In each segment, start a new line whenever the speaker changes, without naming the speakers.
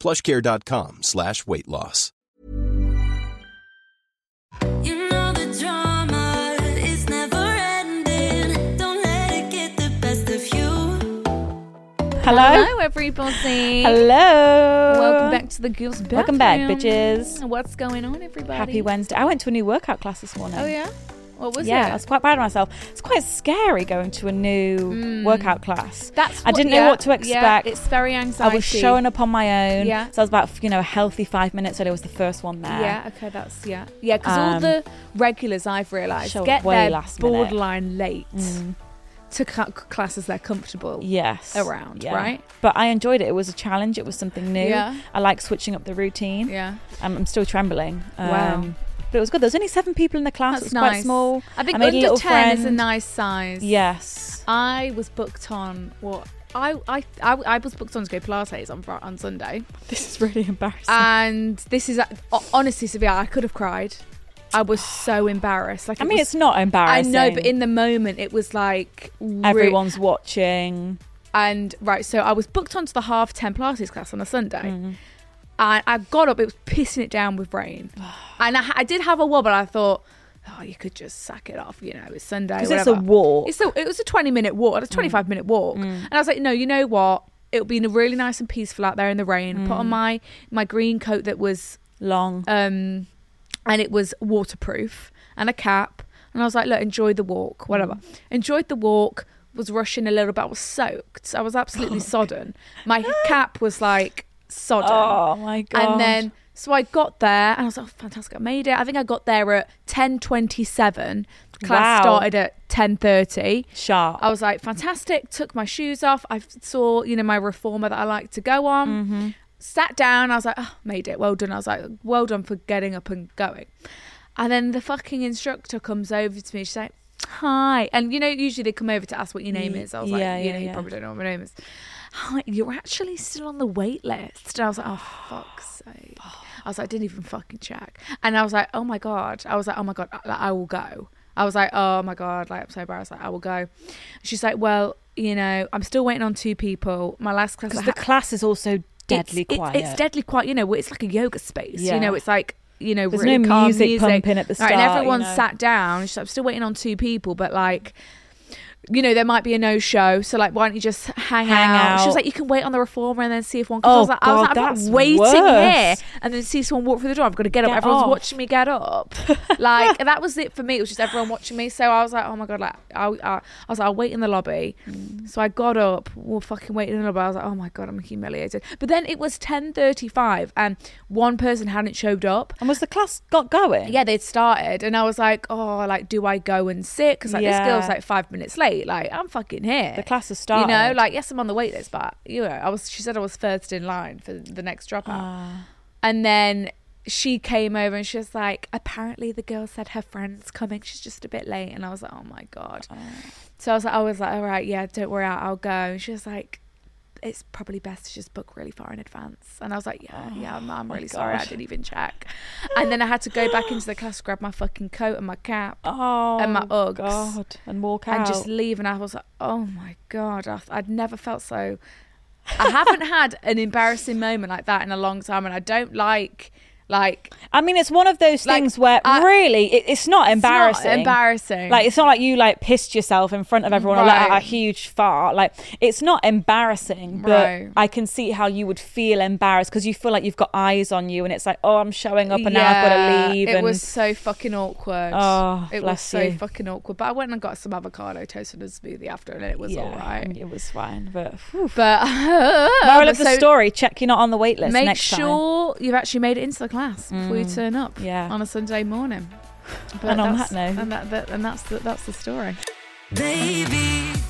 plushcare.com slash weight loss.
You know the drama is never ending. Don't let it get the best of you.
Hello.
Hello, everybody.
Hello.
Welcome back to the girls' bathroom.
Welcome back, bitches.
What's going on, everybody?
Happy Wednesday. I went to a new workout class this morning.
Oh yeah. What was
yeah,
it?
I was quite proud of myself. It's quite scary going to a new workout class.
Mm. That's.
I
what-
didn't know
yeah,
what to
Yeah,
expect.
it's very
I
anxiety.
was showing up on my own.
Yeah.
So I was about you know a healthy five minutes early. I was the first one there.
Yeah. Okay. That's yeah. Yeah. Because all
Um,
the regulars I've realised
show up
get
way
there
last minute. Mm.
borderline late to ca- classes they're comfortable.
Yes.
Around, right?
But I enjoyed it. It was a challenge. It was something new.
Yeah.
I like switching up the routine.
Yeah.
Um, I'm still trembling. Um,
Wow.
But it was good. There was only seven people in the class.
That's
it was
nice.
quite small.
I think
made a
under
little
ten is a
friend.
nice size.
Yes.
I was booked on what. I, I, I, I was booked on to go Pilates on Fri- on Sunday.
This is really embarrassing.
and this is honestly severe. I could have cried. I was so embarrassed. Like
I
it
mean,
was-
it's not
I
embarrassing.
know, but in the moment, it was like re-
everyone's watching.
and right. So I was booked onto the half ten Pilates class on a Sunday,
Mm-hmm.
and I got up. It was pissing it down with rain, and I, ha- I did have a wobble. I thought. Oh, you could just sack it off, you know. It's Sunday.
'Cause it's a
whatever."
walk. Mm.
It's a, it was a twenty-minute walk, a twenty-five minute walk, and I was like, no, you know what? It'll be really nice and peaceful out there in the rain. Put
Mm.
on my my green coat that was
Long.
um, and it was waterproof and a cap. And I was like, look, enjoy the walk, whatever. Enjoyed the walk, was rushing a little bit. I was soaked. I was absolutely sodden. My cap was like sodden.
Oh, my
And
God.
then, so I got there and I was like, oh, fantastic, I made it. I think I got there at 10.27. Class
Wow.
started at 10.30.
Sharp.
I was like, fantastic. Took my shoes off. I saw, you know, my reformer that I like to go on.
Mm-hmm.
Sat down. I was like, oh, made it. Well done. I was like, well done for getting up and going. And then the fucking instructor comes over to me. She's like, hi. And, you know, usually they come over to ask what your name
Ye-
is. I was
yeah,
like, you
yeah,
know, you
yeah.
probably don't know what my name is. Hi, you're actually still on the wait list. And I was like, oh, fuck's sake. I was like, I didn't even fucking check. And I was like, oh my God. I was like, oh my God, like, I will go. I was like, oh my God, like, I'm so embarrassed. Like, I will go. She's like, well, you know, I'm still waiting on two people. My last class. I
Because
ha-
the class is also deadly
it's,
quiet.
It's, it's deadly quiet. You know, it's like a yoga space. You
Yeah.
know, it's like you know,
There's
really
no
calm
music pumping at the
Right, and
start, you
everyone
know.
sat down. She's like, I'm still waiting on two people, but like. You know, there might be a no show, so like, why don't you just hang,
Hang
out? She was
out.
like, you can wait on the reformer and then see if one comes. I was
Oh,
like, I was
God,
like, I'm
that's
not waiting
worse.
here and then see someone walk through the door. I've got to get up.
Get
Everyone's
off.
watching me get up. like, that was it for me. It was just everyone watching me. So I was like, oh my God, like, I, I, I was like, I'll wait in the lobby.
Mm.
So I got up, we're fucking waiting in the lobby. I was like, oh my God, I'm humiliated. But then it was 10.35 and one person hadn't showed up.
and was the class got going?
Yeah, they'd started, and I was like, "Oh, like, do I go and sit? Because like this
Yeah.
girl's like five minutes late. Like, I'm fucking here.
The class has
You know,
started.
like, yes, I'm on the wait list, but you know, I was. She said I was first in line for the next dropout, and then she came over and she was like, "Apparently, the girl said her friend's coming. She's just a bit late." And I was like, "Oh my god." So I was like, I was like, all right, yeah, don't worry, I'll, I'll go. And she was like, it's probably best to just book really far in advance. And I was like, yeah, yeah, I'm, I'm really sorry, I
God.
didn't even check. And then I had to go back into the class, grab my fucking coat and my cap,
Oh
and my Uggs.
God. And walk out.
and just leave. And I was like, oh my god, I, I'd never felt so. I haven't had an embarrassing moment like that in a long time, and I don't like. Like
I mean, it's one of those
Like,
things where
I-
really it, it's not
it's not
embarrassing.
embarrassing.
Like it's not like you like pissed yourself in front of everyone or let out
Mm, Right.
a huge fart. Like it's not embarrassing, but
Right.
I can see how you would feel embarrassed because you feel like you've got eyes on you, and it's like, oh, I'm showing up, and now I've got
Yeah,
to leave.
It
and
was so fucking awkward.
Oh,
it was
bless
so
you.
fucking awkward. But I went and got some avocado toast and a smoothie after, and it was
yeah,
all right.
It was fine, but
But
moral of the
so
story: check you're not on the wait list.
Make
next time. Mm.
sure you've actually made it into the class before you turn up.
yeah.
on a Sunday morning. But
And on
that's-
that note-
and, that, that, and that's the, that's the story.
baby.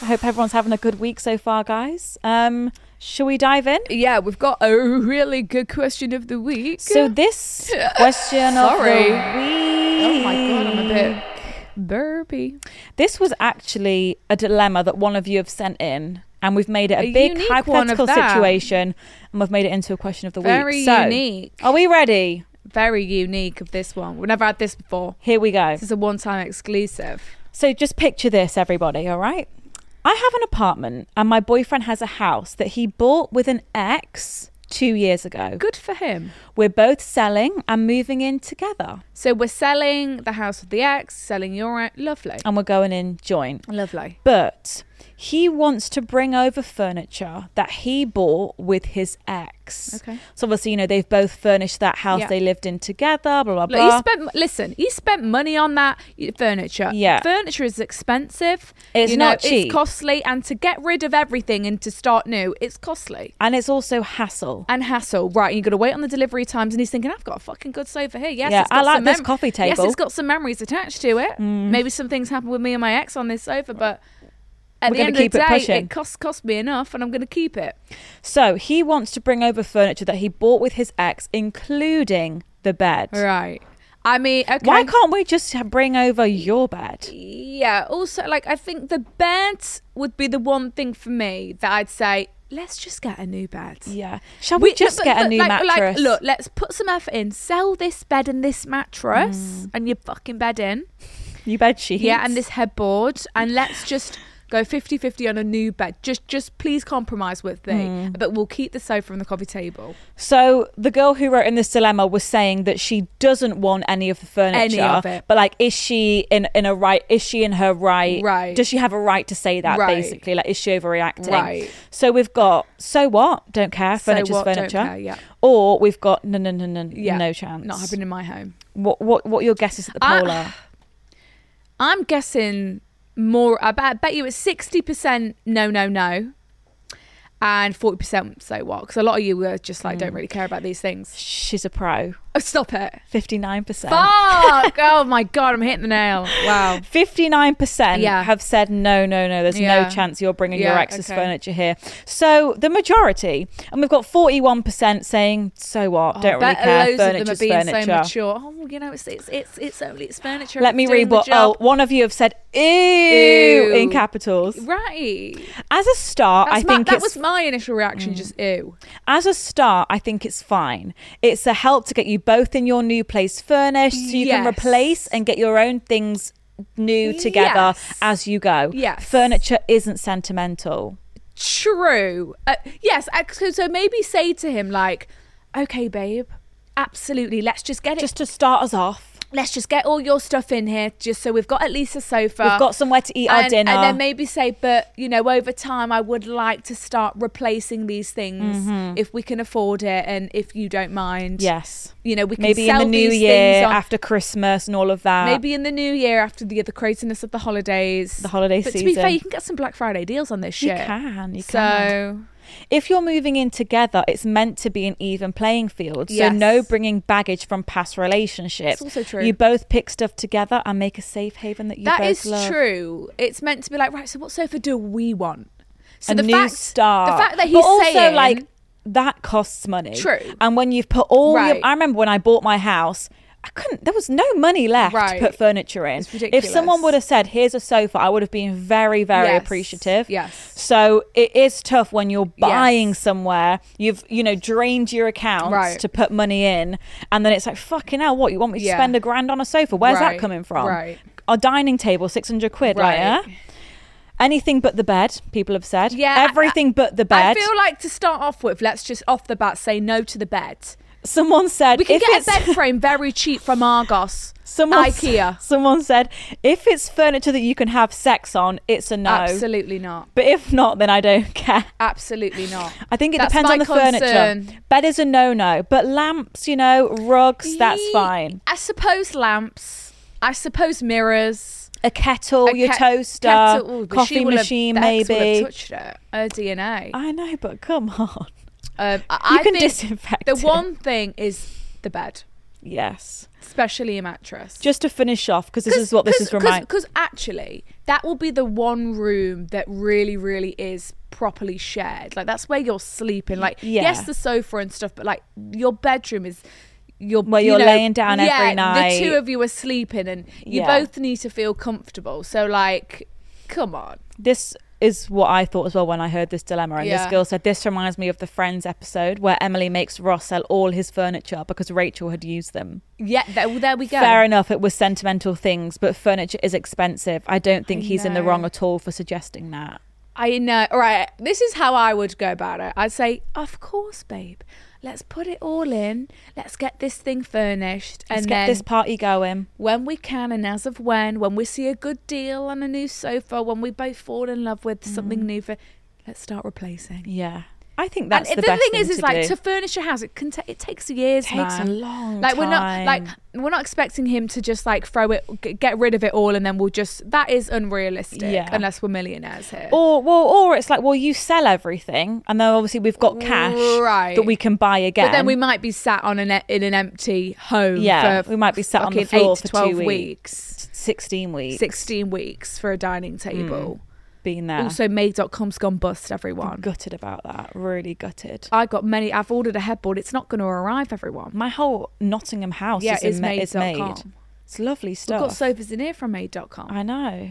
I hope everyone's having a good week so far, guys. Um, shall we dive in?
Yeah, we've got a really good question of the week.
So this question
Sorry.
of the week.
oh my god, I'm a bit burpy.
This was actually a dilemma that one of you have sent in, and we've made it a,
A
big
unique one of
hypothetical
that.
situation, and we've made it into a question of the
Very
week. So,
unique.
Are we ready?
Very unique of this one. We've never had this before.
Here we go.
This is a one-time exclusive.
So just picture this, everybody, all right? I have an apartment, and my boyfriend has a house that he bought with an ex two years ago.
Good for him.
We're both selling and moving in together,
So we're selling the house with the ex, selling your own. Lovely.
Oh,
and we're going in joint.
Lovely.
But he wants to bring over furniture that he bought with his ex.
Okay.
So obviously, you know, they've both furnished that house
Yeah.
they lived in together, blah, blah,
Look,
blah.
he spent. Listen, he spent money on that y- furniture.
Yeah.
furniture is expensive.
It's
you know,
not cheap.
It's costly, and to get rid of everything and to start new, it's costly
and it's also hassle.
and hassle. Right, and you got to wait on the delivery times, and he's thinking, I've got a fucking good sofa here. Yes,
Yeah,
it's got
I like
some
this coffee
Yes,
table. Mm.
it's got some memories attached to it. Maybe some things happened with me and my ex on this sofa, but. At
We're
the
gonna
end of the
keep it
day,
pushing.
it cost cost me enough, and I'm going to keep it.
So he wants to bring over furniture that he bought with his ex, including the bed.
Right. I mean, okay.
Why can't we just bring over your bed?
Yeah. Also, like, I think the bed would be the one thing for me that I'd say, let's just get a new bed.
Yeah. Shall we,
look,
just
but-
get a
but,
new
like, like,
mattress?
look, let's put some effort in. Sell this bed and this mattress
Mm.
and your fucking bed in.
new bed sheets.
Yeah, and this headboard. And let's just go 50-50 on a new bed. Just just please compromise with me.
Mm.
But we'll keep the sofa and the coffee table.
So the girl who wrote in this dilemma was saying that she doesn't want any of the furniture.
Any of it.
But like, is she in in a right? Is she in her right?
Right.
Does she have a right to say that?
Right.
Basically, like, is she overreacting?
Right.
So we've got so what? Don't care.
So
Furniture's
what? Don't
furniture.
care, yeah.
Or we've got no no no no
Yeah.
no chance.
Not happening in my home.
What what what your guesses at the
I-
poll are?
I'm guessing more. I bet, I bet you it's sixty percent no, no, no, and forty percent so what? Because a lot of you were just like,
Mm.
don't really care about these things.
She's a pro.
Oh, stop it!
Fifty nine percent.
Fuck! oh my god, I'm hitting the nail. Wow.
59%
Yeah.
have said no, no, no, there's
Yeah.
no chance you're bringing your
Yeah,
ex's
okay.
furniture here. So the majority, and we've got 41% saying, so what, don't really
Oh, Bet
care,
loads of them are
furniture's
being so
furniture.
mature. Oh, you know, it's it's it's, it's only it's furniture.
Let
it's
me
doing
read
the
what, oh,
job.
one of you have said, ew,
Ew.
in capitals.
Right.
As a start,
That's
I think
my, that
it's, Mm.
was my initial reaction. Just ew.
as a start, I think it's fine. It's a help to get you both in your new place furnished so you can
Yes.
replace and get your own things new together
Yes.
as you go.
Yes.
Furniture isn't sentimental.
True. Uh, yes. I- So, so maybe say to him like, "Okay, babe, absolutely. Let's just get it.
Just to start us off.
let's just get all your stuff in here, just so we've got at least a sofa.
We've got somewhere to eat our
and,
dinner.
and then maybe say, but you know, over time, I would like to start replacing these things
Mm-hmm.
if we can afford it, and if you don't mind.
yes.
You know, we can
Maybe in
sell
the new
these
year
things on-
after Christmas and all of that.
Maybe in the new year after the the craziness of the holidays,
The holiday
But to be fair,
season.
you can get some Black Friday deals on this
You
shit.
can, you
so,
can. if you're moving in together, it's meant to be an even playing field. So
Yes.
no bringing baggage from past relationships.
It's also true.
You both pick stuff together and make a safe haven that you
That
both
is
love.
true. It's meant to be like right. So what sofa do we want? So
a new start.
The fact that he's
but also
saying
like that costs money.
True.
And when you've put all
Right.
your, I remember when I bought my house, I couldn't. There was no money left
Right.
to put furniture in.
It's
if someone
ridiculous.
would have said, "Here's a sofa," I would have been very, very
Yes.
appreciative.
Yes.
So it is tough when you're
Yes.
buying somewhere. You've you know drained your accounts
Right.
to put money in, and then it's like fucking hell. What you want me to
Yeah.
spend a grand on a sofa? Where's
Right.
that coming from?
Right.
Our dining table, six hundred quid. Like,
Right.
yeah? Anything but the bed, people have said.
Yeah, I-
Everything but the
I
bed.
feel like to start off with, let's just off the bat say no to the bed.
Someone said
We can
if
get a
it's
bed frame very cheap from Argos,
someone,
IKEA.
Someone said if it's furniture that you can have sex on, it's a no.
Absolutely not.
But if not, then I don't care.
Absolutely not.
I think it
That's
depends
my
on the furniture.
concern.
Bed is a no-no, but lamps, you know, rugs, that's
Ye-
fine.
I suppose lamps. I suppose mirrors.
A kettle,
a
your
ke-
toaster,
kettle- ooh, but she
coffee
will have-
machine,
the ex will have
maybe.
touched it. Her DNA.
I know, but come on.
Um, I,
You
I
can
think
disinfect
The
it.
one thing is the bed,
Yes.
especially a mattress.
Just to finish off, because this is what this is reminding.
Because actually, that will be the one room that really, really is properly shared. Like that's where you're sleeping. Like
yeah.
yes, the sofa and stuff, but like your bedroom is your
Where
you
you're
know,
laying down every
yeah,
night.
The two of you are sleeping, and you
Yeah.
both need to feel comfortable. So like, come on.
this is what I thought as well when I heard this dilemma. And
Yeah.
this girl said, This reminds me of the Friends episode where Emily makes Ross sell all his furniture because Rachel had used them.
Yeah, there, well, there we go.
Fair enough, it was sentimental things, but furniture is expensive. I don't think he's in the
know.
wrong at all for suggesting that.
I know. All right. This is how I would go about it. I'd say, of course, babe. Let's put it all in. Let's get this thing furnished,
Let's
and
get
then
this party going.
when we can, and as of when, when we see a good deal on a new sofa, when we both fall in love with something new for, let's start replacing.
Mm. Yeah. I think that's
and
the,
the,
best
thing,
thing
is, is
to
like
do.
to furnish a house, it can ta- it takes years.
Takes a
man.
long
like we're not like
time.
we're not expecting him to just like throw it, g- get rid of it all, and then we'll just that is unrealistic.
Yeah.
unless we're millionaires here.
Or well, or it's like, well, you sell everything, and then obviously we've got cash
Right.
that we can buy again.
But then we might be sat on an e, in an empty home.
Yeah,
for
we might be sat on the
fucking
floor
eight to
for two
12
weeks. sixteen weeks,
sixteen weeks for a dining
Mm.
table.
being there.
Also, Made.com's gone bust. Everyone,
gutted about that. Really gutted.
I got many. I've ordered a headboard. It's not going to arrive. Everyone,
My whole Nottingham house
yeah,
is,
it's
in ma-
made.
is made. It's lovely
We've
stuff.
got sofas in here from Made.com,
I know.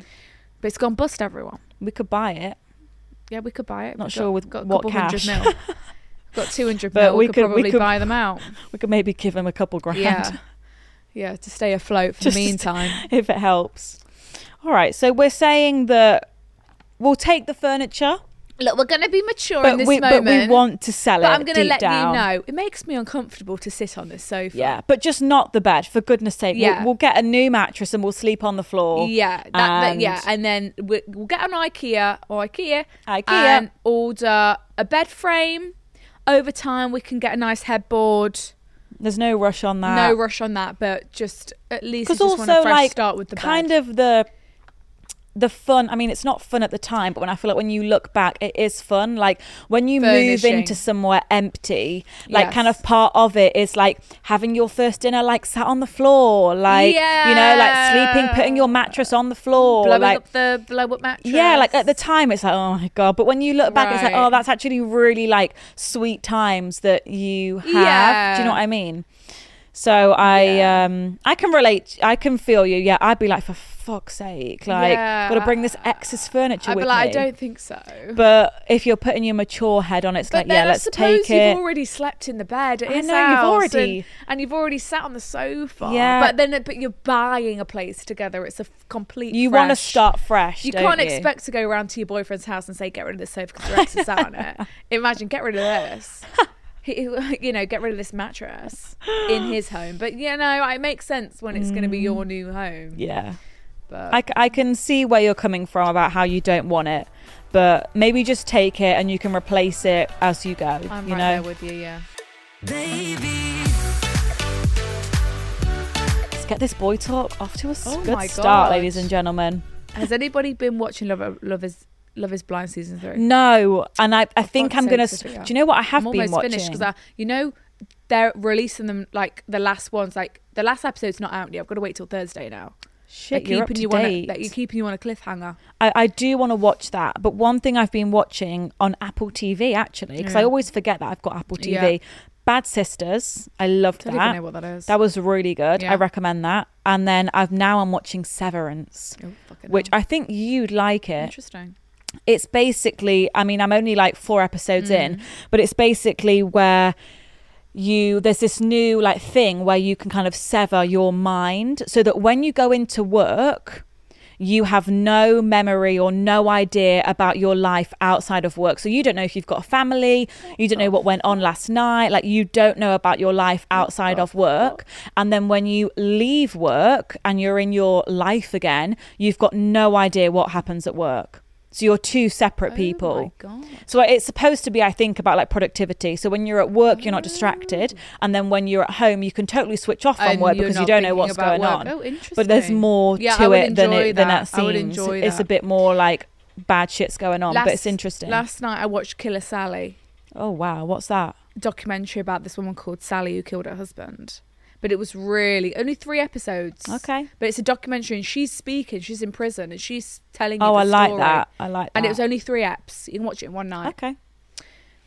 but it's gone bust. Everyone,
We could buy it,
yeah, we could buy it.
Not
We've
sure
got,
with
got a
what
couple
cash.
hundred mil. got two hundred
But
mil.
we
We, could,
could- we
probably
could-
buy them out.
we could maybe give him a couple grand.
Yeah, yeah, to stay afloat for
Just-
the meantime.
if it helps. All right, so we're saying that we'll take the furniture,
Look, we're going to be mature in
but
this
we,
moment.
but we want to sell
But
it.
I'm going to
deep
let
down.
you know, it makes me uncomfortable to sit on this sofa.
Yeah, but just not the bed, for goodness sake. We'll-
Yeah.
We'll, get a new mattress and we'll sleep on the floor.
Yeah, that, that-
and
yeah, and then we, we'll get on IKEA or IKEA,
IKEA.
and order a bed frame. Over time, we can get a nice headboard.
There's no rush on that.
no rush on that, but just at least
Ah.
I
Because
just want a
also,
fresh
like,
start with the
kind of the the fun. I mean, it's not fun at the time, but when I feel like when you look back, it is fun. Like when you move
Furnishing.
into somewhere empty, like
Yes.
kind of part of it is like having your first dinner, like sat on the floor, like you know, like sleeping, putting your mattress on the floor,
blowing
like
up the blow up mattress. Uh,
Yeah, like at the time it's like, oh my god. But when you look back, it's like,
Right.
oh, that's actually really like sweet times that you have. Do
Yeah.
you know what I mean? So I
Yeah.
um I can relate I can feel you. Yeah, I'd be like, for fuck's sake, like
Yeah.
gotta bring this ex's furniture
I'd be
with
like,
me.
I don't think so.
but if you're putting your mature head on, it's
But
like, yeah,
then I
let's
suppose
take it.
you've already slept in the bed. at
I
his
know, you've
house
already-
and, and you've already sat on the sofa.
Yeah.
but then but you're buying a place together. It's a f- complete.
you want to
fresh-
start fresh.
You
don't
can't
you?
expect to go around to your boyfriend's house and say, "Get rid of this sofa because the ex is sat on it." Imagine, get rid of this. He- you know, get rid of this mattress in his home. But you know, it makes sense when it's going to be your new home.
Mm. Yeah.
But
I, c- I can see where you're coming from about how you don't want it, but maybe just take it and you can replace it as you go.
I'm
you
right
know,
there with you. Yeah.
Baby,
let's get this boy talk off to a s-
Oh
good
my
start,
God.
ladies and gentlemen.
Has anybody been watching Love, Love is Love is Blind season three?
No, and I, I think
fuck's
I'm gonna.
sake,
s-
Sophia.
Do you know what I have
I'm
been
almost
watching?
finished because you know they're releasing them like the last ones like the last episode's not out yet. I've got to wait till Thursday now. They're
Shit, you're up
keeping
to
you on a,
date.
that you're keeping you on a cliffhanger.
I, I do want to watch that, but one thing I've been watching on Apple TV actually, because I
Yeah.
always forget that I've got Apple TV.
Mm. Yeah.
Bad Sisters, I loved
Don't
that.
even know what that is.
That was really good. I
Yeah.
recommend that. And then I've now I'm watching Severance,
Oh, fucking
which
hell.
I think you'd like it.
interesting.
It's basically, I mean, I'm only like four episodes in, but it's basically where you there's this new like thing where you can kind of sever your mind so that when you go into work you have no memory or no idea about your life outside of work so you don't know if you've got a family you don't know what went on last night like you don't know about your life outside of work and then when you leave work and you're in your life again you've got no idea what happens at work so you're two separate people
Oh my god.
so it's supposed to be, I think, about like productivity. So when you're at work, you're not distracted, and then when you're at home, you can totally switch off from
Mm. And
work
you're
because you
not
don't know
thinking
what's
about
going on.
work. Oh,
But there's
interesting.
more
Yeah, I
to
would
it than
enjoy
it than that
that. I would
seems.
enjoy
It's a
that.
bit more like bad shit's going on, but it's interesting.
Last night I watched Killer Sally
oh wow, what's that?
documentary about this woman called Sally who killed her husband. But it was really only three episodes.
Okay.
But it's a documentary and she's speaking, she's in prison and she's telling you
Oh,
the
I like
story.
that. I like that.
And it was Mm. only three eps. You can watch it in one night.
okay.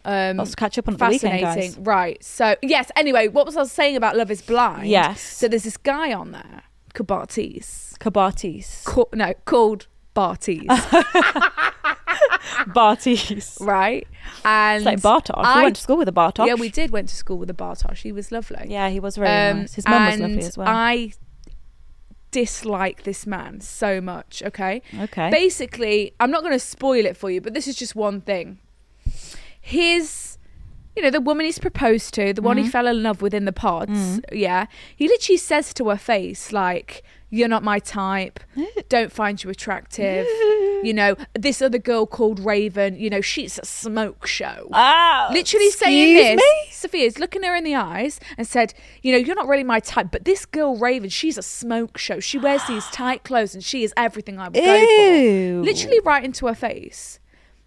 Um,
Let's catch up on it the weekend, guys.
Right. So yes. Anyway, what was I saying about Love Is Blind?
Yes.
So there's this guy on there, Kabartis.
Kabatis,
Ca- no, called Bartis.
Bartis.
right. And
It's like Bartosh.
I-
we went to school with a Bartosh.
Yeah, we did. Went to school with a Bartosh. He was lovely.
Yeah, he was really
Um,
nice. His mum was
and
lovely as well.
I dislike this man so much. Okay.
Okay.
Basically, I'm not going to spoil it for you, but this is just one thing. His, you know, the woman he's proposed to, the one
Mm-hmm.
he fell in love with in the pods.
Mm.
Yeah. He literally says to her face, like, "You're not my type. Don't find you attractive." You know, this other girl called Raven, you know, she's a smoke show
Ah,
literally saying
excuse
this.
me?
Sophia's looking her in the eyes and said, "You know, you're not really my type, but this girl Raven, she's a smoke show. She wears these tight clothes and she is everything I would go
Ew.
for." Literally right into her face.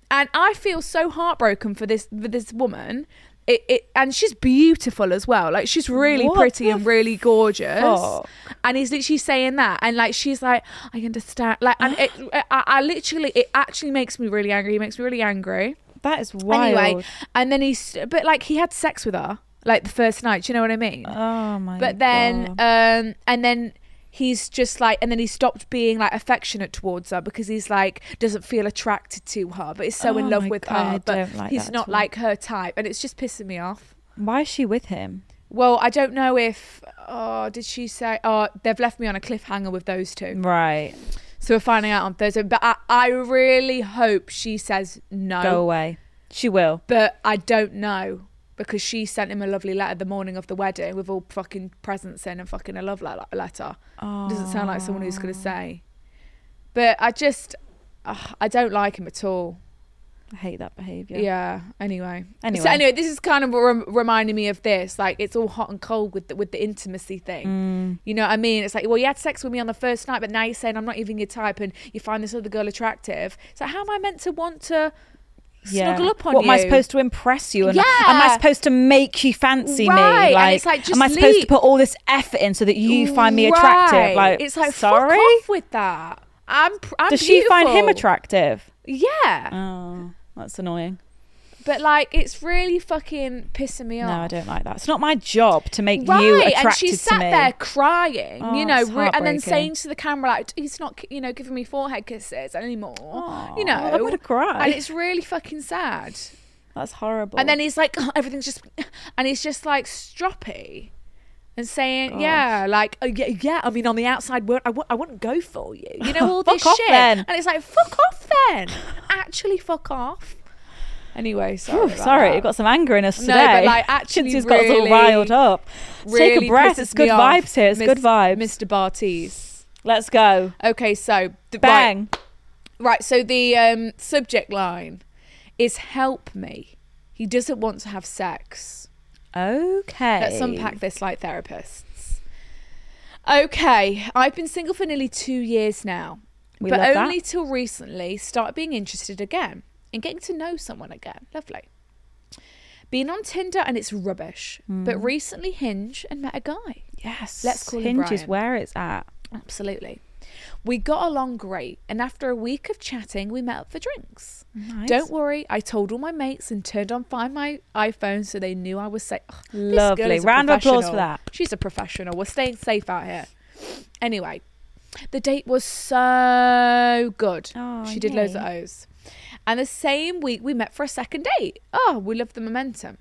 And I feel so heartbroken for this for this woman. It, it and she's beautiful as well. Like she's really
What
pretty
the
and really gorgeous.
fuck?
And he's literally saying that, and like she's like, I understand. Like, and it, I, I literally, it actually makes me really angry. It makes me really angry.
That is wild.
Anyway, and then he's but like he had sex with her like the first night. Do you know what I mean?
oh my.
but then
God.
um and then he's just like and then he stopped being like affectionate towards her because he's like doesn't feel attracted to her but is so
Oh
in love
my
with
God, I
her but
don't like that
he's
at
not
all.
like her type and it's just pissing me off
Why is she with him?
well i don't know if oh did she say oh they've left me on a cliffhanger with those two
Mm. Right.
so we're finding out on thursday but i, I really hope she says no
Go away. She will.
But I don't know because she sent him a lovely letter the morning of the wedding with all fucking presents in and fucking a love le- letter. Doesn't sound like someone who's going to say. But I just, ugh, I don't like him at all.
I hate that behavior.
Yeah. anyway.
Anyway.
So anyway, this is kind of rem- reminding me of this. Like it's all hot and cold with the, with the intimacy thing. You know what I mean? It's like, well, you had sex with me on the first night, but now you're saying I'm not even your type, and you find this other girl attractive. So how am I meant to want to snuggle up on
what
you?
am I supposed to impress you? And
Yeah.
am I supposed to make you fancy
Right,
me?
and it's like, just
am I supposed to
leave.
put all this effort in so that you find me attractive?
Right.
Like,
it's like
sorry.
fuck off with that. I'm. Pr- I'm
Does she find him
beautiful.
attractive?
Yeah,
Oh, that's annoying.
but like it's really fucking pissing me off.
No, I don't like that. It's not my job to make
Right,
you attracted
and she
to
sat
me.
there crying,
Oh,
you know,
it's
re- and then
heartbreaking.
saying to the camera like, "He's not, you know, giving me forehead kisses anymore." you know,
I would've cried.
and it's really fucking sad.
That's horrible.
And then he's like, everything's just, and he's just like stroppy and saying, yeah, like, oh, yeah, yeah, I mean, on the outside world, I w- I wouldn't go for you. You know, all
Fuck
this
off
shit.
then.
And it's like, fuck off then. Actually, fuck off. Anyway, sorry. about
Sorry,
that.
it got some anger in us
No,
today.
but, like, actually
Chintzie's got us all
really-
riled up. Let's Take
Really
a breath.
pisses
It's good
me off,
vibes here. It's good
Mis-
vibes.
Mr. Bartiz.
Let's go.
Okay, so. The,
Bang.
Right, right, so the um, subject line is help me. He doesn't want to have sex.
Okay.
Let's unpack this like therapists. Okay, I've been single for nearly two years now,
We
but
love that.
only till recently started being interested again and getting to know someone again. Lovely. Been on Tinder and it's rubbish, but
Mm.
recently Hinge and met a guy.
Yes.
Let's call him
Hinge is
Brian.
where it's at.
Absolutely. We got along great, and after a week of chatting, we met up for drinks. Don't worry, I told all my mates and turned on Find My iPhone so they knew I was safe. Ugh, this girl
Lovely.
is a
Round of applause for
professional.
that.
She's a professional. We're staying safe out here. Anyway, the date was so good.
Oh,
she did loads of O's. And the same week, we met for a second date. Oh, we love the momentum.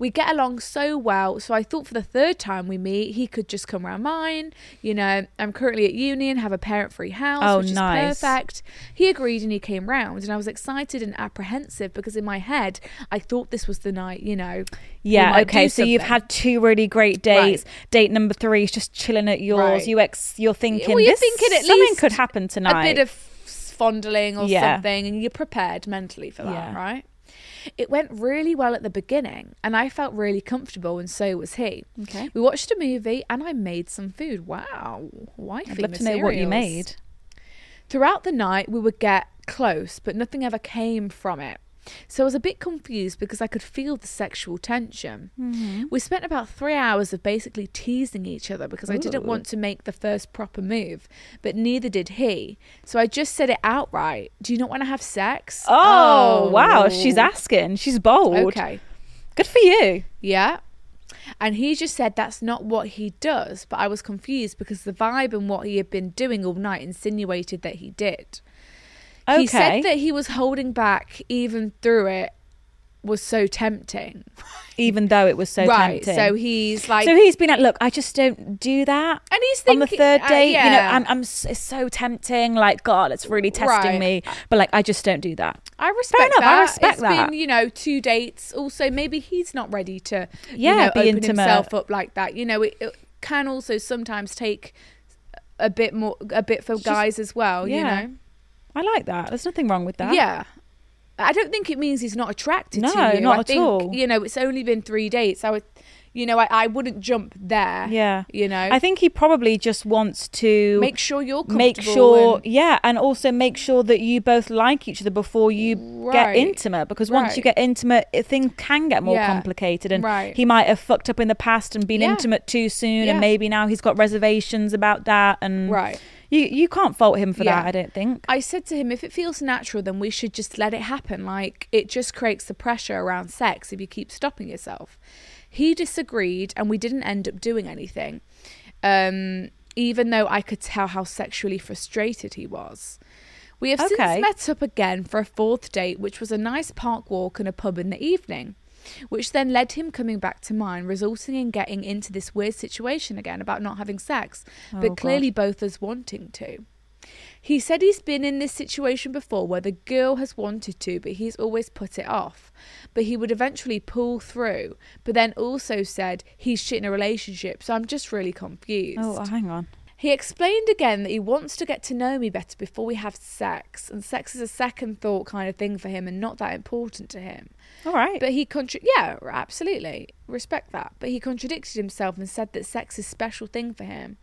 We get along so well, so I thought for the third time we meet, he could just come round mine. You know, I'm currently at uni and have a parent free house,
Oh,
which
nice.
is perfect. He agreed and he came round, and I was excited and apprehensive because in my head, I thought this was the night, you know. we
Yeah,
might
okay.
do
So you've
something.
had two really great dates.
Right.
Date number three is just chilling at yours.
Right.
You ex- you're thinking
well, you're
this
thinking at
something
least
could happen tonight.
A bit of fondling or
Yeah.
something, and you're prepared mentally for that,
Yeah.
right? It went really well at the beginning, and I felt really comfortable, and so was he.
Okay.
We watched a movie, and I made some food. Wow, wifey
I'd love to know what you
materials.
made.
Throughout the night, we would get close, but nothing ever came from it. So I was a bit confused because I could feel the sexual tension.
Mm-hmm.
We spent about three hours of basically teasing each other because I didn't want to make the first proper move, but neither did he. So I just said it outright. Do you not want to have sex?
Oh, wow, she's asking. She's bold.
Okay.
Good for you.
Yeah. And he just said that's not what he does, but I was confused because the vibe and what he had been doing all night insinuated that he did.
Okay.
He said that he was holding back even through it was so tempting.
Even though it was so
right.
tempting.
So he's like
so he's been like, look, I just don't do that.
And he's
on the
thinking-
third
uh,
date, you know,
yeah.
I'm, I'm s- it's so tempting. Like, God, it's really testing
Right.
me. But like, I just don't do that.
I respect
enough, I
that.
respect
It's
that.
been, you know, two dates. Also, maybe he's not ready to
Yeah,
you know,
be
open
intimate.
himself up like that. You know, it, it can also sometimes take a bit more a bit for guys as well,
yeah.
you know.
I like that. There's nothing wrong with that.
Yeah. I don't think it means he's not attracted
No,
to you.
not
I
at
think,
all.
You know, it's only been three dates. I would, you know, I, I wouldn't jump there.
Yeah.
You know,
I think he probably just wants to
make sure you're comfortable.
make sure
and-
yeah and also make sure that you both like each other before you get
Right.
intimate because once you
Right.
get intimate it- things can get more
Yeah.
complicated and
Right.
he might have fucked up in the past and been
Yeah.
intimate too soon and
Yeah.
maybe now he's got reservations about that and
Right.
you you can't fault him for that
Yeah.
i don't think
I said to him, if it feels natural, then we should just let it happen. Like, it just creates the pressure around sex if you keep stopping yourself. He disagreed, and we didn't end up doing anything, um, even though I could tell how sexually frustrated he was. We have
Okay.
since met up again for a fourth date, which was a nice park walk and a pub in the evening, which then led him coming back to mine, resulting in getting into this weird situation again about not having sex, but clearly both us wanting to. He said he's been in this situation before where the girl has wanted to, but he's always put it off. But he would eventually pull through, but then also said he's shit in a relationship, so I'm just really confused.
oh hang on
He explained again that he wants to get to know me better before we have sex, and sex is a second thought kind of thing for him and not that important to him.
all right
But he contra- yeah, absolutely. Respect that. But he contradicted himself and said that sex is a special thing for him.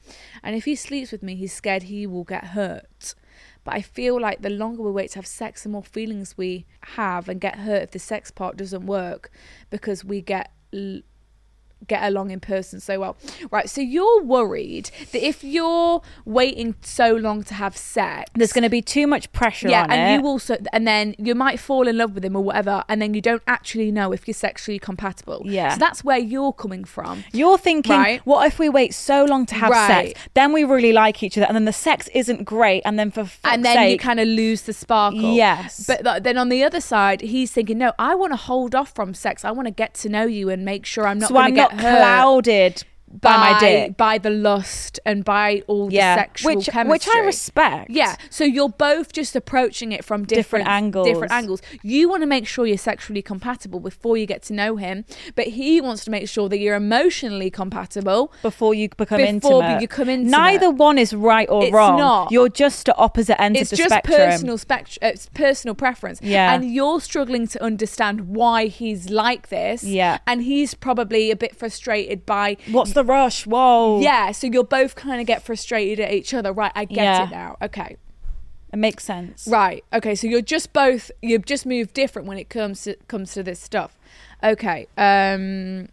And if he sleeps with me, he's scared he will get hurt. But I feel like the longer we wait to have sex, the more feelings we have and get hurt if the sex part doesn't work because we get l- get along in person so well. Right, so you're worried that if you're waiting so long to have sex,
there's going to be too much pressure
yeah,
on
and
it
you also, and then you might fall in love with him or whatever, and then you don't actually know if you're sexually compatible.
Yeah.
so that's where you're coming from.
You're thinking,
Right.
what if we wait so long to have
Right.
sex? Then we really like each other, and then the sex isn't great, and then for fuck's
and then you
sake,
kind of lose the sparkle.
Yes.
But th- then on the other side, he's thinking, no, I want to hold off from sex. I want to get to know you and make sure I'm not
so
going
I'm
to
not
get hurt
clouded by, my dick.
by the lust and by all
Yeah.
the sexual
Which- which I
chemistry,
respect.
Yeah, so you're both just approaching it from
Different
different,
angles.
Different angles. You want to make sure you're sexually compatible before you get to know him, but he wants to make sure that you're emotionally compatible.
before you become
Before
intimate,
you come intimate.
neither one is right or
It's
wrong.
not.
You're just at opposite ends
It's
of the
just
spectrum.
personal spectrum. It's personal preference.
Yeah.
and you're struggling to understand why he's like this.
Yeah.
and he's probably a bit frustrated by
What's the rush? Whoa!
Yeah, so you'll both kind of get frustrated at each other. Right, I get
Yeah.
it now. Okay.
it makes sense.
Right. Okay, so you're just both you've just moved different when it comes to comes to this stuff. Okay. Um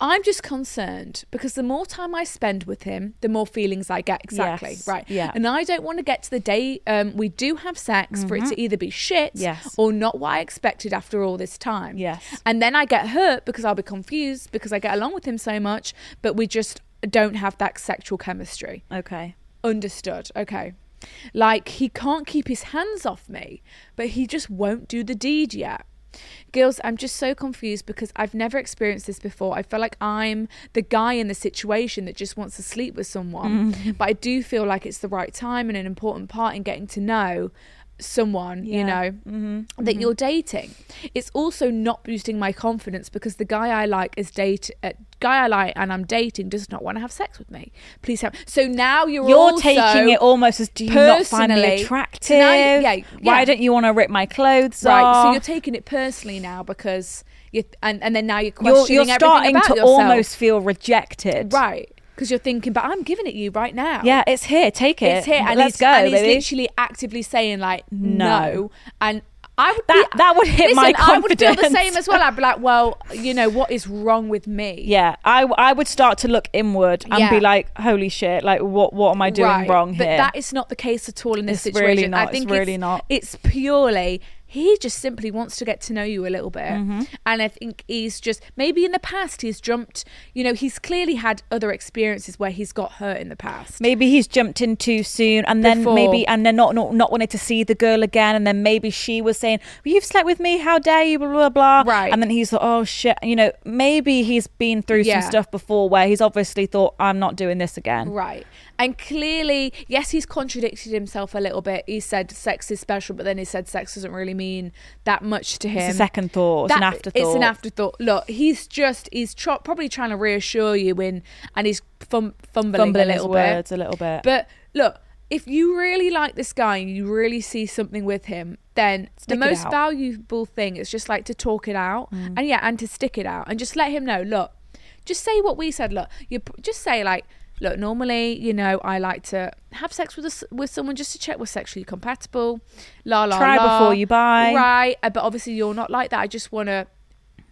I'm just concerned because the more time I spend with him, the more feelings I get. Exactly.
Yes.
Right.
Yeah.
And I don't want to get to the day um, we do have sex for it to either be shit
Mm-hmm. Yes.
or not what I expected after all this time.
Yes.
And then I get hurt because I'll be confused because I get along with him so much, but we just don't have that sexual chemistry.
Okay.
Understood. Okay. Like he can't keep his hands off me, but he just won't do the deed yet. Girls, I'm just so confused because I've never experienced this before. I feel like I'm the guy in the situation that just wants to sleep with someone, but I do feel like it's the right time and an important part in getting to know someone, you know, that you're dating. It's also not boosting my confidence because the guy I like is date uh, guy I like and I'm dating does not want to have sex with me. Please help. So now you're
You're
also
taking it almost as do you not find me
personally-
attractive?
Tonight- yeah,
Why
yeah.
don't you want to rip my clothes
right.
off?
So you're taking it personally now because you and and then now you're
You're-
questioning
you're
everything
starting
about
to
yourself.
almost feel rejected.
right because you're thinking, but I'm giving it you right now.
Yeah, it's here. Take it.
it's here, and
Let's
he's,
go,
and he's
baby.
literally actively saying like
No.
no, and. I would
That-
be-
that would hit
listen,
my
I would feel the
confidence.
same as well. I'd be like, well, you know, what is wrong with me?
yeah, I, I would start to look inward and
Yeah.
be like, holy shit, like what what am I doing
Right,
wrong
But
here?
that is not the case at all in this
It's really
situation.
not,
I
it's
think
really not.
It's purely he just simply wants to get to know you a little bit,
Mm-hmm.
and I think he's just maybe in the past he's jumped. You know, he's clearly had other experiences where he's got hurt in the past.
maybe he's jumped in too soon, and then
Before.
maybe and then not, not not wanted to see the girl again, and then maybe she was saying, well, "You've slept with me, how dare you?" Blah blah blah.
Right.
And then he's thought, "Oh shit," you know. Maybe he's been through
Yeah.
some stuff before where he's obviously thought, "I'm not doing this again."
Right. And clearly, yes, he's contradicted himself a little bit. He said sex is special, but then he said sex doesn't really mean that much to him.
It's a second thought. It's an
That-
afterthought.
It's an afterthought. Look, he's just he's tr- probably trying to reassure you in, and he's fum- fumbling,
Fumbling
a
his
little bit.
words a little bit.
But look, if you really like this guy and you really see something with him, then
Stick it
the most
out. Mm.
valuable thing is just like to talk it out and yeah, and to stick it out and just let him know. Look, just say what we said. Look, you p- just say like. Look, normally, you know, I like to have sex with us with someone just to check we're sexually compatible. La la
Try
la.
before you buy.
Right, uh, but obviously you're not like that. I just want to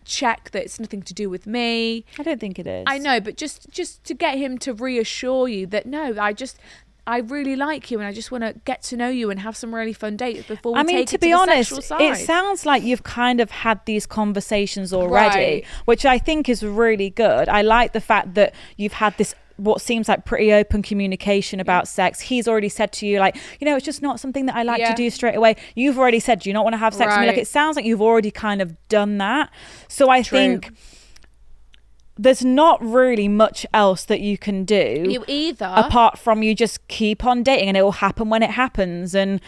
check that it's nothing to do with me.
I don't think it is.
I know, but just just to get him to reassure you that no, I just I really like you and I just want to get to know you and have some really fun dates before we
I mean,
take
to
it
be
to the
honest,
sexual
it
side.
sounds like you've kind of had these conversations already,
Right.
which I think is really good. I like the fact that you've had this. What seems like pretty open communication about sex. He's already said to you, like, you know, it's just not something that I like to
Yeah.
do straight away. You've already said, do you not want to have sex with me? Like,
Right.
it sounds like you've already kind of done that. So I
True.
think there's not really much else that you can do
you either
apart from you just keep on dating and it will happen when it happens and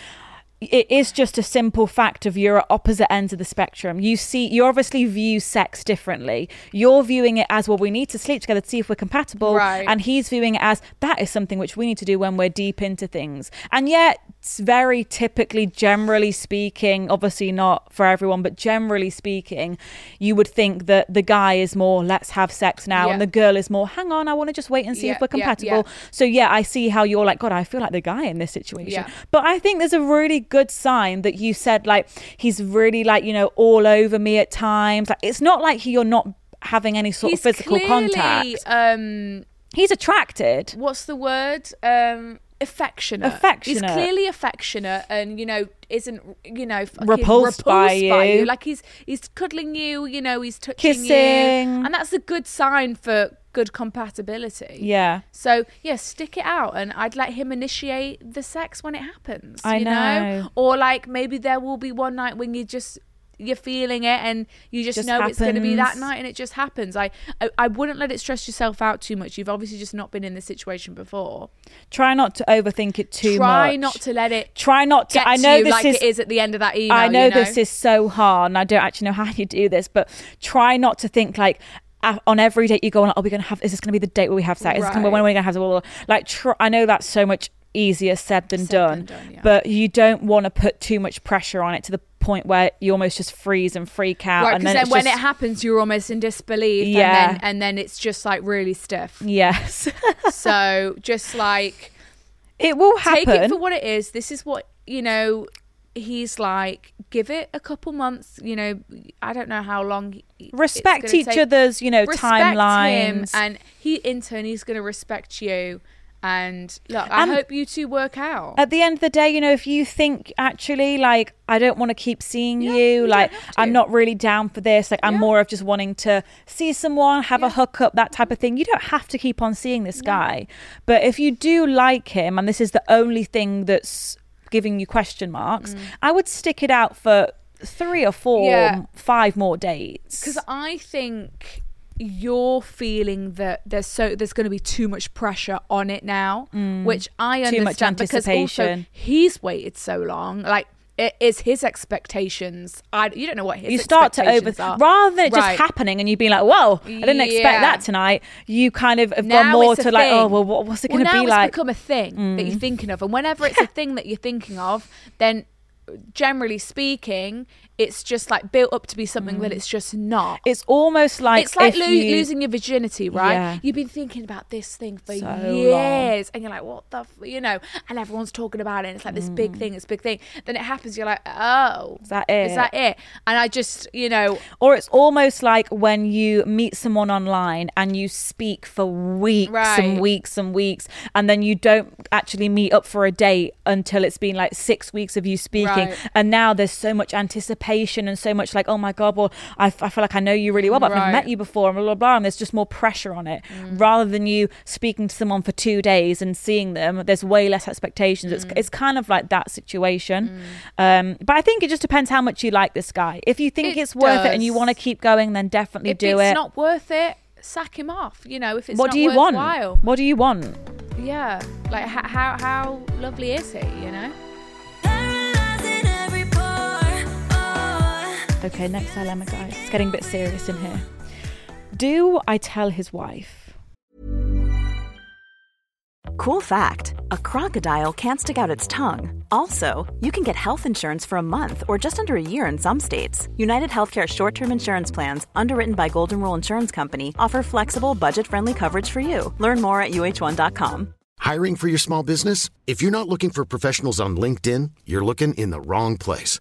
it is just a simple fact of you're at opposite ends of the spectrum you see you obviously view sex differently you're viewing it as well we need to sleep together to see if we're compatible
Right.
and he's viewing it as that is something which we need to do when we're deep into things and yet it's very typically generally speaking obviously not for everyone but generally speaking you would think that the guy is more let's have sex now
Yeah.
and the girl is more hang on i want to just wait and see
Yeah,
if we're
yeah, yeah.
compatible so yeah, I see how you're like, God, I feel like the guy in this situation.
Yeah.
But I think there's a really good sign that you said like he's really like, you know, all over me at times. Like it's not like he, you're not having any sort
he's
of physical
clearly,
contact.
Um,
He's attracted.
what's the word? Um, affectionate.
Affectionate.
He's clearly affectionate, and you know isn't you know fucking
Repulsed
repulsed
by
by,
you.
Like he's he's cuddling you. You know he's touching you,
Kissing.
and that's a good sign for good compatibility.
Yeah.
So yeah, stick it out, and I'd let him initiate the sex when it happens.
I
you
know.
Or like maybe there will be one night when you just you're feeling it and you just,
Just
know it's going to be that
happens.
night and it just happens I, I i wouldn't let it stress yourself out too much you've obviously just not been in this situation before
Try not to overthink it too much.
try not to let it
Try not to.
get
I know
you
this
like
is
it is at the end of that email
I know,
you
this is so hard, and I don't actually know how you do this, but try not to think like a- on every date you go on. Like, oh, we're gonna have. Is this gonna be the date where we have sex? Is this gonna be when
Right.
we're gonna have? Blah, blah, blah. Like, tr- I know that's so much easier said than
Said
done,
than done, yeah.
but you don't want to put too much pressure on it to the point where you almost just freeze and freak out,
right
and
because
then,
then,
it's
when
just-
it happens you're almost in disbelief
Yeah.
and then, and then it's just like really stiff
Yes,
so just like
it will
take
happen.
it for what it is. This is what you know. he's like, give it a couple months. You know, I don't know how long. it's
Respect
gonna
each
take.
other's, you know,
Respect him,
timelines.
and he in turn he's going to respect you. And look, I
And-
hope you two work out.
at the end of the day, you know, if you think actually like I don't want to keep seeing
Yeah, you
you,
don't
like
have to.
I'm not really down for this, like I'm
Yeah.
more of just wanting to see someone, have a
Yeah.
hookup, that type of thing. You don't have to keep on seeing this guy. But if you do like him and this is the only thing that's giving you question marks, I would stick it out for three or four,
Mm. Yeah.
five more dates.
because I think you're feeling that there's so there's going to be too much pressure on it now, which I
Mm. Too
understand
much
because also
anticipation.
he's waited so long, like. It is his expectations. I you don't know what his
you start to over
expectations are.
rather than it just
Right.
happening and you being like whoa i didn't
Yeah.
expect that tonight you kind of have
Now
gone more
it's
to
a
like oh
thing.
well what, what's it going to
well, now
be
it's
like Mm.
become a thing that you're thinking of, and whenever it's a thing that you're thinking of, then generally speaking, it's just like built up to be something
Mm.
that it's just not.
it's almost like
it's like
if
lo-
you-
losing your virginity, right?
Yeah.
You've been thinking about this thing for
So long.
years, and you're like, "What the?" F-? You know, and everyone's talking about it. And it's like this big thing, this big thing. Then it happens. You're like, "Oh,
Mm.
is
that
Is
it?
that it?" And I just, you know,
or it's almost like when you meet someone online and you speak for weeks
Right.
and weeks and weeks and then you don't actually meet up for a date until it's been like six weeks of you speaking
Right.
and now there's so much anticipation and so much like oh my god well i, f- I feel like i know you really well but i've
Right. Mm.
never met you before and blah blah blah and there's just more pressure on it rather than you speaking to someone for two days and seeing them there's way less expectations
Mm.
it's, it's kind of like that situation um, but i think it just depends how much you like this guy if you think
It
it's worth it and you
does.
want to keep going, then definitely
if
do
it's
it.
not worth it, sack him off. You know, if it's
what
not
do you want?
worthwhile.
What do you want?
Yeah, like how how, how lovely is he? You know.
Paralyzing every pore. Oh.
Okay, next dilemma, guys. It's getting a bit serious in here. Do I tell his wife?
Cool fact a crocodile can't stick out its tongue. Also, you can get health insurance for a month or just under a year in some states. United Healthcare short term insurance plans, underwritten by Golden Rule Insurance Company, offer flexible, budget friendly coverage for you. Learn more at uh1.com.
Hiring for your small business? If you're not looking for professionals on LinkedIn, you're looking in the wrong place.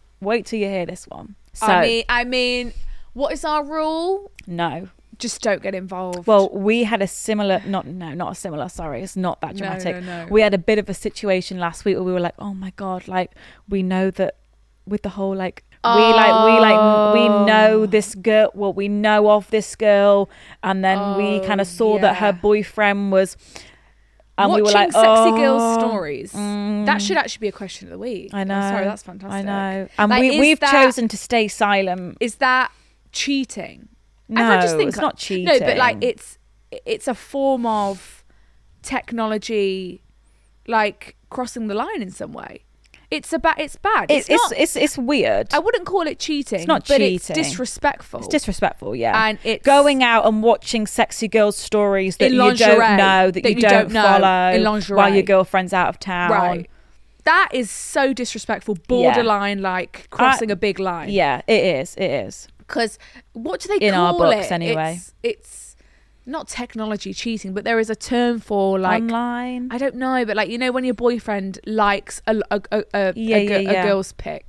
wait till you hear this one. So,
I mean, I mean, what is our rule?
no.
Just don't get involved.
Well, we had a similar, not no, not a similar. Sorry, it's not that
No,
dramatic.
no, no.
We had a bit of a situation last week where we were like, oh my god, like we know that with the whole like we like we like we
Oh.
know this girl, well we know of this girl, and then we
Oh,
kind of saw that
yeah.
her boyfriend was, and
watching
we were like,
sexy
oh, mm.
girls stories. that should actually be a question of the week.
I
I'm
know.
sorry, that's fantastic.
I know, and
Like,
we
is
we've
that-
chosen to stay silent.
Is that cheating?
No, it's not cheating.
No, but like it's it's a form of technology, like crossing the line in some way. It's a ba- It's bad.
It's
It's,
it's,
not.
it's, it's weird.
I wouldn't call it cheating.
It's not
but It's
cheating.
disrespectful.
It's disrespectful, yeah.
Oh. And it's-
going out and watching sexy girls' stories that
In
you
lingerie,
don't know, that, you, don't,
know,
follow,
in lingerie.
while your girlfriend's out of town.
Right. That is so disrespectful, borderline like crossing
I-
a big line.
Yeah, it is. It is.
Because what do they
In our
call
books,
it?
anyway.
It's, it's not technology cheating, but there is a term for like.
Online.
I don't know, but like you know when your boyfriend likes a a, a,
Yeah,
a, a, gi-
yeah, Mm.
a
yeah.
girl's pic.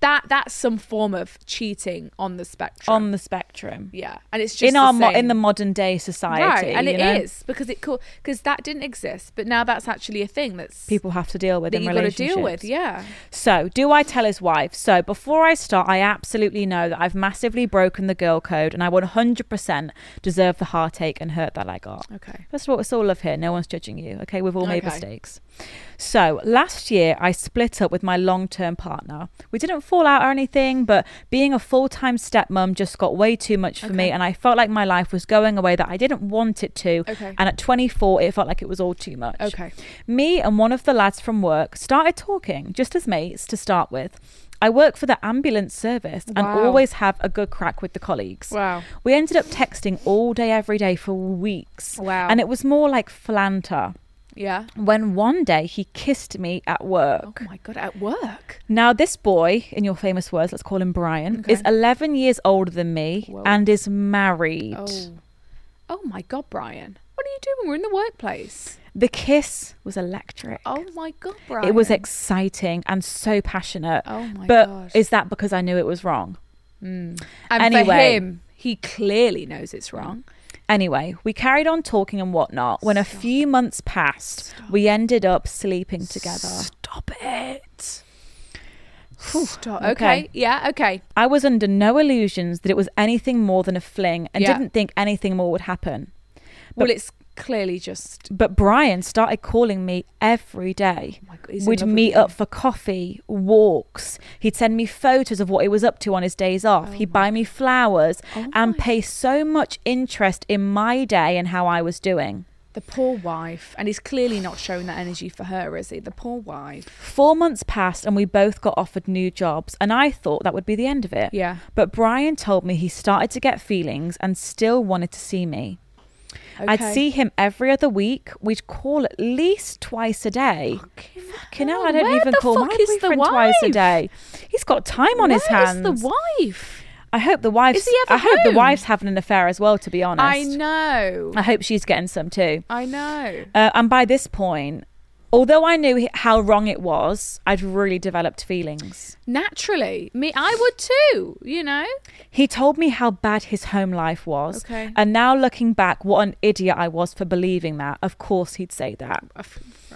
That that's some form of cheating on the spectrum.
on the spectrum.
yeah, and it's just
In our
the
mo- in
same.
the modern day society.
right, and
you
it is
know?
because it because that didn't exist, but now that's actually a thing that's
People have to deal with
that
in
you've got to
relationships.
deal with. Yeah,
So, do I tell his wife? So, before I start, I absolutely know that I've massively broken the girl code and I 100% deserve the heartache and hurt that I got.
Okay.
First of all, it's all love here. No one's judging you. Okay. We've all made
Okay.
mistakes. So, last year, I split up with my long term partner. We didn't fall out or anything, but being a full time stepmom just got way too much for me. And I felt like my life was going away that I didn't want it to.
Okay.
And at 24, it felt like it was all too much.
Okay.
Me and one of the lads from work started talking, just as mates to start with. I work for the ambulance service and
Wow.
always have a good crack with the colleagues.
Wow.
We ended up texting all day, every day for weeks.
Wow.
And it was more like flanter.
Yeah.
When one day he kissed me at
Oh
work.
my god, at work.
Now, this boy, in your famous words, let's call him Brian, is 11 years older than me and is married.
Oh. Oh my god, Brian. What are you doing? We're in the workplace.
The kiss was electric.
Oh my god, Brian.
It was exciting and so passionate.
Oh my
But
gosh.
is that because I knew it was wrong?
and for
anyway.
him, he clearly knows it's wrong.
Anyway, we carried on talking and whatnot. When a few months passed, we ended up sleeping together.
Stop it. Stop. Okay. Yeah, okay.
I was under no illusions that it was anything more than a fling and
Yeah.
didn't think anything more would happen.
Well, it's clearly just oh
But Brian started calling me every day.
my God, he's in
We'd
love with
meet
you.
up for coffee, walks. He'd send me photos of what he was up to on his days
Oh
off. He'd buy me flowers and pay so much interest in my day and how I was doing.
the poor wife. And he's clearly not showing that energy for her, is he? The poor wife.
Four months passed and we both got offered new jobs, and I thought that would be the end of it.
Yeah.
But Brian told me he started to get feelings and still wanted to see me. I'd
Okay.
see him every other week. We'd call at least twice a day. Fucking, hell, I
hell,
don't
where
even
the
call my
fuck is the
boyfriend twice a
wife?
day. He's got time on his
Where is
hands.
the wife?
I hope the wife's.
he ever
I hope
home?
the wife's having an affair as well. To be honest,
I know.
I hope she's getting some too.
I know.
Uh, and by this point, although I knew h- how wrong it was, I'd really developed feelings.
Naturally. Me I would too, you know?
He told me how bad his home life was.
Okay.
And now looking back, what an idiot I was for believing that. Of course, he'd say that.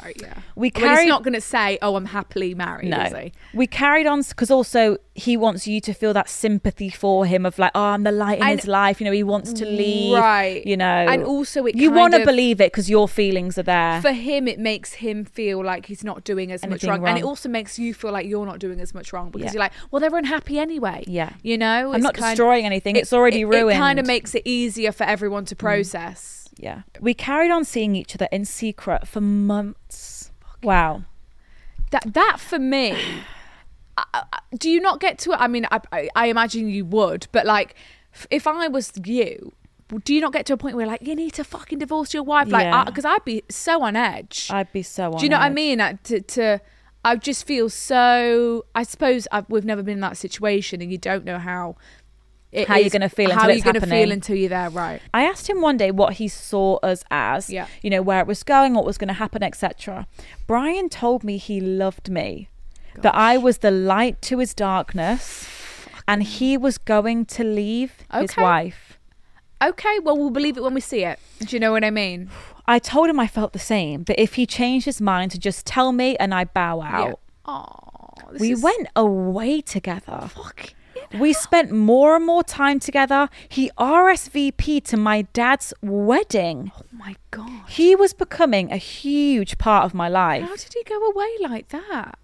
Right, yeah.
We
Well,
carried-
he's not gonna say, Oh, I'm happily married, is he?
We carried on because also he wants you to feel that sympathy for him of like, oh, I'm the light in
And-
his life. You know, he wants to leave.
Right.
You know,
And also it
you
kind
want to
of-
believe it because your feelings are there.
for him it makes him feel like he's not doing as
Anything
much wrong. and it
wrong.
also makes you feel like you're not doing as much wrong because
Yeah.
you're like well they're unhappy anyway
Yeah.
you know
I'm not destroying anything, it's already
it, it kind
ruined. Mm.
of makes it easier for everyone to process
yeah. We carried on seeing each other in secret for months. Wow.
that that for me I- I- do you not get to it i mean I, I, I imagine you would but like f- if i was you do you not get to a point where like you need to fucking divorce your wife
Yeah.
like because i'd be so on edge
I'd be so on
Do you know what I
edge.
mean? I, to, to, I just feel so. I suppose I've, we've never been in that situation, and you don't know how. it
How you're
is-
gonna feel
How
until
you're
it's
gonna
happening.
feel until you're there, right?
I asked him one day what he saw us as,
Yeah.
you know, where it was going, what was going to happen, etc. Brian told me he loved me, that I was the light to his darkness, and he was going to leave his
Okay.
wife.
Okay, well we'll believe it when we see it. Do you know what I mean?
I told him I felt the same, but if he changed his mind to just tell me and I bow out.
Oh,
We went away together. We spent more and more time together. He RSVP'd to my dad's wedding.
Oh my god!
He was becoming a huge part of my
How
life.
did he go away like that?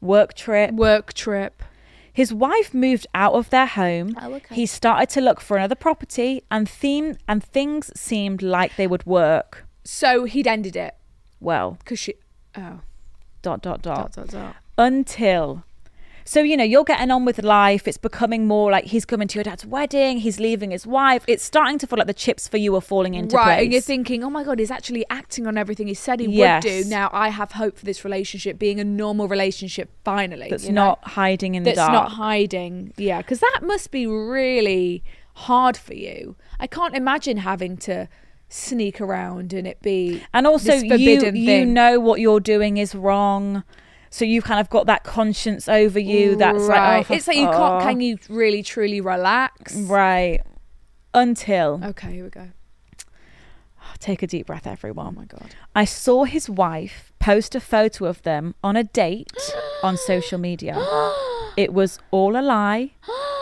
Work trip.
Work trip.
His wife moved out of their home.
Oh, okay.
He started to look for another property and theme and things seemed like they would work.
So he'd ended it
Well,
because she. Oh,
dot dot dot.
dot dot dot.
until so you know you're getting on with life it's becoming more like he's coming to your dad's wedding he's leaving his wife it's starting to feel like the chips for you are falling into
right,
place
and you're thinking, oh my god, he's actually acting on everything he said he
Yes.
would do. Now I have hope for this relationship being a normal relationship finally.
that's
you know?
not hiding in the
that's
dark
not hiding. Yeah, because that must be really hard for you. I can't imagine having to sneak around and it be
and also
this
you
forbidden
you
thing.
know what you're doing is wrong so you've kind of got that conscience over you that's like oh,
it's like you can't.
fuck. Mm.
Can you really truly relax?
right until
Okay, here we go.
take a deep breath everyone
Oh my god.
I saw his wife post a photo of them on a date on social media. It was all a lie.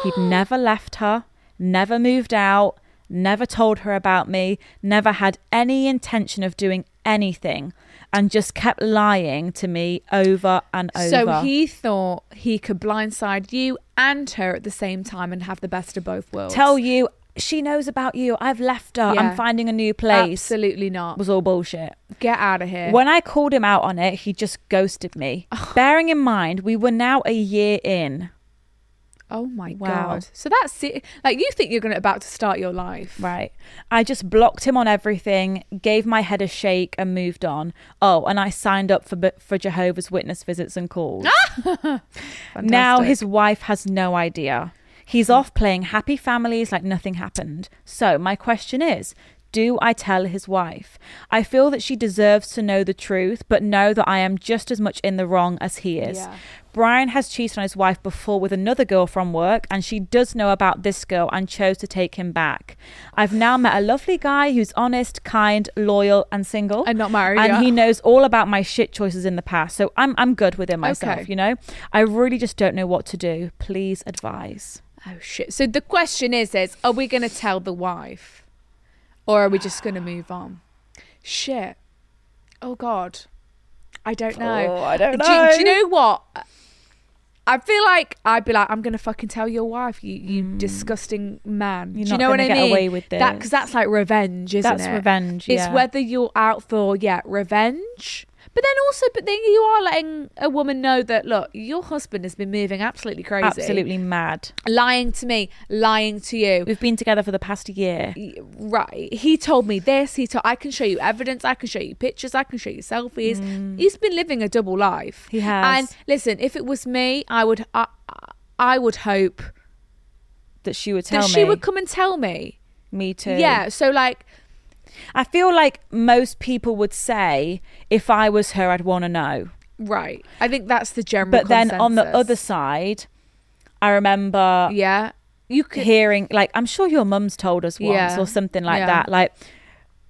He'd never left her, never moved out, never told her about me, never had any intention of doing anything, and just kept lying to me over and over.
So he thought he could blindside you and her at the same time and have the best of both worlds.
tell you she knows about you. I've left her.
Yeah.
I'm finding a new place.
Absolutely not.
was all bullshit.
Get out of here.
When I called him out on it, he just ghosted me. Bearing in mind, we were now a year in.
oh my
Wow.
god. So that's it. Like you think you're gonna about to start your life.
Right. I just blocked him on everything, gave my head a shake, and moved on. Oh, and I signed up for for Jehovah's Witness visits and calls. now
Fantastic. Hmm.
his wife has no idea. He's off playing happy families like nothing happened. So my question is. Do I tell his wife? I feel that she deserves to know the truth, but know that I am just as much in the wrong as he is.
Yeah.
Brian has cheated on his wife before with another girl from work, and she does know about this girl and chose to take him back. I've now met a lovely guy who's honest, kind, loyal, and single.
And not married,
And
yeah.
he knows all about my shit choices in the past, so I'm, I'm good within myself,
Okay.
you know? I really just don't know what to do. Please advise.
Oh shit. So the question is is are we gonna tell the wife? Or are we just gonna move on? Shit. Oh god. I don't know.
Oh, I don't
Do you- Do,
know.
you know what? I feel like I'd be like, I'm gonna fucking tell your wife, you you disgusting man.
Mm. You're
do you
not
know what
gonna
I
get
mean?
away with
That
this.
because that's like revenge, isn't
That's
it?
revenge, yeah.
It's whether you're out for yeah revenge, but then also, but then you are letting a woman know that look, your husband has been moving absolutely crazy,
Absolutely mad.
lying to me, lying to you.
We've been together for the past year.
Right, he told me this. He told I can show you evidence. I can show you pictures. I can show you selfies. He's been living a double life.
Mm. He has.
And listen, if it was me, I would, I, I would hope
That she would tell
that
me.
she would come and tell me.
me too.
Yeah. So like,
I feel like most people would say, if I was her, I'd want to know.
right. I think that's the general.
But then on the
consensus.
other side, I remember
yeah, you could.
hearing like I'm sure your mum's told us once
Yeah.
or something like
Yeah.
that. Like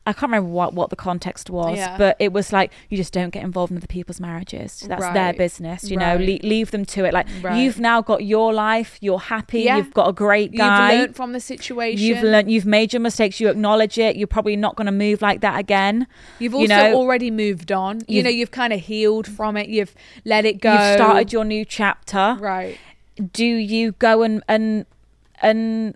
I can't remember what, what the context was,
Yeah.
but it was like you just don't get involved in other people's marriages. That's their
Right.
business, you know.
Right.
Le- leave them to it. Like
Right.
you've now got your life. You're happy.
Yeah.
You've got a great
You've
guy.
learned from the situation.
You've learned. You've made your mistakes. You acknowledge it. You're probably not going to move like that again.
You've also
you know,
already moved on. You
You've-
know, you've kind of healed from it. You've let it go.
You've started your new chapter.
right.
do you go and and and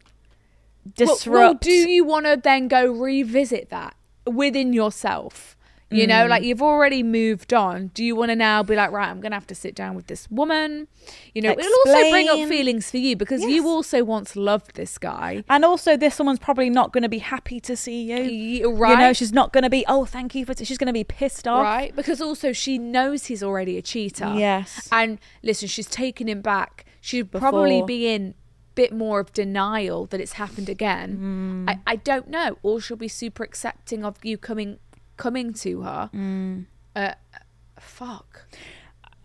Well-
disrupt?
Well, do you want to then go revisit that within yourself? You know,
Mm.
like you've already moved on. Do you want to now be like, right, I'm going to have to sit down with this woman? You know, it'll also bring
Explain.
up feelings for you because
Yes.
you also once loved this guy.
and also, this someone's probably not going to be happy to see you.
Y-
You know,
right.
she's not going to be. Oh, thank you for. She's going to be pissed off.
Right? Because also she knows he's already a cheater.
Yes.
And listen, she's taken him back. She'd probably
Before.
be in bit more of denial that it's happened again.
Mm.
I, I don't know. Or she'll be super accepting of you coming coming to her.
Mm.
Uh, fuck.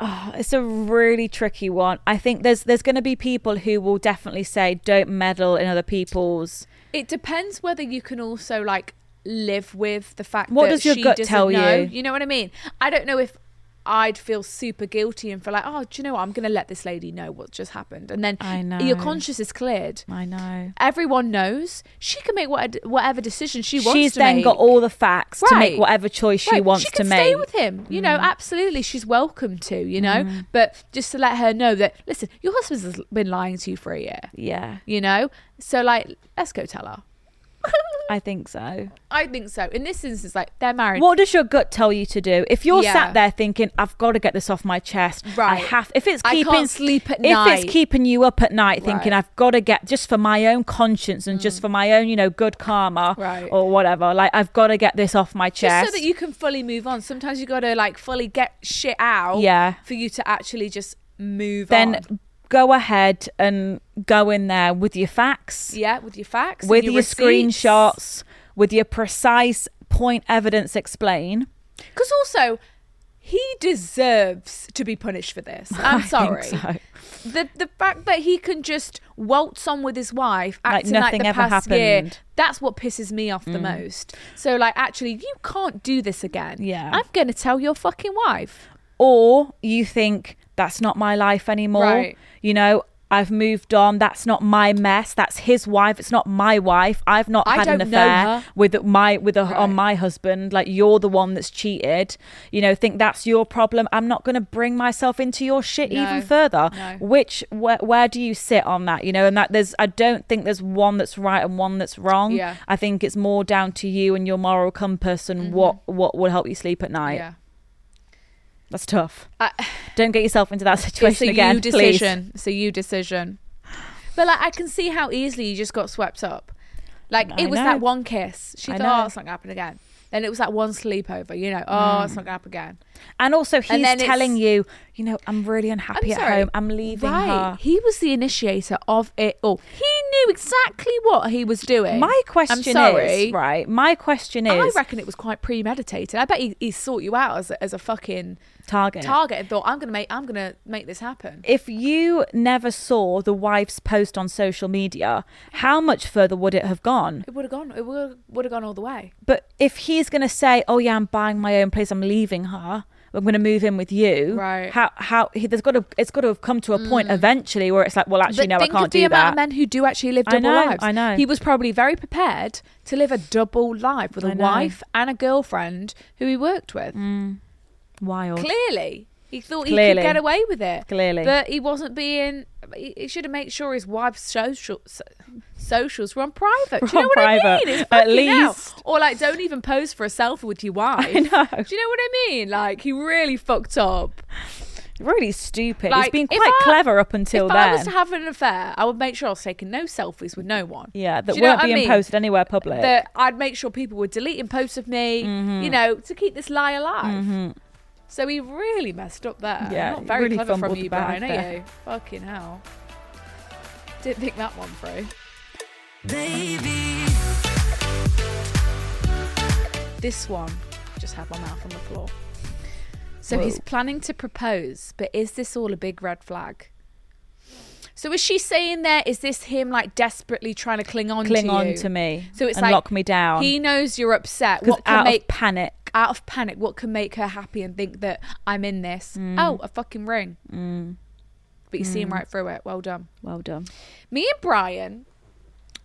It's a really tricky one. I think there's there's going to be people who will definitely say, "Don't meddle in other people's."
It depends whether you can also like live with the fact
What
that
does your
she
gut
doesn't
tell
know.
you?
You know what I mean? I don't know if I'd feel super guilty and feel like, oh, do you know what? I'm going to let this lady know what just happened, and then
I know.
your conscience is cleared.
I know.
Everyone knows she can make what, whatever decision she wants.
She's
to
then
make.
got all the facts to make
Right.
whatever choice she
Right,
wants
she can
to
stay
make. Mm.
with him. You know, absolutely, she's welcome to. You know, but just to let her know that listen, your husband's been lying to you for a year.
yeah,
You know, so like, let's go tell her.
I think so.
I think so. In this instance, like they're married.
What does your gut tell you to do? If you're
Yeah.
sat there thinking, "I've got to get this off my chest," I
Right.
have. If it's
I
keeping
can't sleep at
if
night.
it's keeping you up at night, thinking,
Right. Mm.
"I've got to get just for my own conscience and just for my own, you know, good karma
Right.
or whatever." Like, I've got to get this off my
Just
chest.
so that you can fully move on. Sometimes you gotta like fully get shit out.
Yeah.
For you to actually just move
then
on.
go ahead and go in there with your facts,
Yeah, with your facts. and
with your,
receipts.
screenshots, with your precise point evidence. Explain.
Because also, he deserves to be punished for this. I'm sorry.
think so.
The the fact that he can just waltz on with his wife,
Like
acting like,
nothing
the
ever
past year,
happened. Mm.
that's what pisses me off the most. So like, actually, you can't do this again.
Yeah.
I'm gonna tell your fucking wife.
or you think that's not my life anymore
Right.
you know I've moved on. That's not my mess. That's his wife. It's not my wife. I've not
I
had an
don't know
affair
her."
with my with a,
Right.
on my husband. Like you're the one that's cheated. You know, think that's your problem. I'm not going to bring myself into your shit even
No.
further.
No.
Which where, where do you sit on that? You know, and that there's I don't think there's one that's right and one that's wrong.
Yeah. Mm-hmm.
I think it's more down to you and your moral compass and what what will help you sleep at night.
yeah.
That's tough.
I-
Don't get yourself into that
It's
situation
a
again,
you decision. It's a you decision. But like, I can see how easily you just got swept up. Like
I
it was
know.
that one kiss. She
I
thought,
know.
oh, it's not gonna happen again. Then it was that one sleepover. You know, oh,
Mm.
it's not gonna happen again.
please. And also, he's
then it's-
telling you, you know, I'm really unhappy at home. I'm leaving
right.
her.
He was the initiator of it all. He knew exactly what he was doing.
My question
I'm sorry.
is, right? My question
I
is,
reckon it was quite premeditated. I bet he, he sought you out as a, as a fucking
target.
target and thought, I'm gonna make I'm gonna make this happen.
if you never saw the wife's post on social media, how much further would it have gone?
It would have gone. It would have gone all the way.
But if he's going to say, "Oh yeah, I'm buying my own place. I'm leaving her. I'm going to move in with you,"
Right. Hmm.
How how he, there's got to it's got to have come to a point eventually where it's like, well, actually,
But
no, I
think
can't
of the
do
amount
that.
of men who do actually live
I
double
know,
lives.
I know.
He was probably very prepared to live a double life with
I
a
know.
wife and a girlfriend who he worked with.
Wild.
Clearly, he thought he
Clearly.
could get away with it.
Clearly.
but he wasn't being. He he should have made sure his wife's social so, socials were on private. do
Were
you
on
know what I
private,
mean? It's
at
fucking hell.
least.
or like, don't even pose for a selfie with your wife. I know. Do you know what I mean? Like, he really fucked up.
really stupid. He's
Like,
been
if
quite
I-
clever up until
if
then.
I was to have an affair, I would make sure I was taking no selfies with no one.
yeah, that
Do you know
weren't
what I
being
mean?
posted anywhere public.
That I'd make sure people were deleting posts of me,
Mm-hmm.
you know, to keep this lie alive. So he really messed up there.
Yeah,
not very
really
clever from
fumbled the
you,
bag
Brian, are
there.
you? Fucking hell. Didn't pick that one through.
Baby,
This one just had my mouth on the floor. So he's planning to propose, but is this all a big red flag? So is she saying there? Is this him like desperately trying to cling on
Cling
to
on
you?
to me
So it's
and
like
lock me down.
He knows you're upset.
because
What can
out
make
of panic,
out of panic, what can make her happy and think that I'm in this?
Mm.
Oh, a fucking ring. But you see him right through it. Well done.
well done.
Me and Brian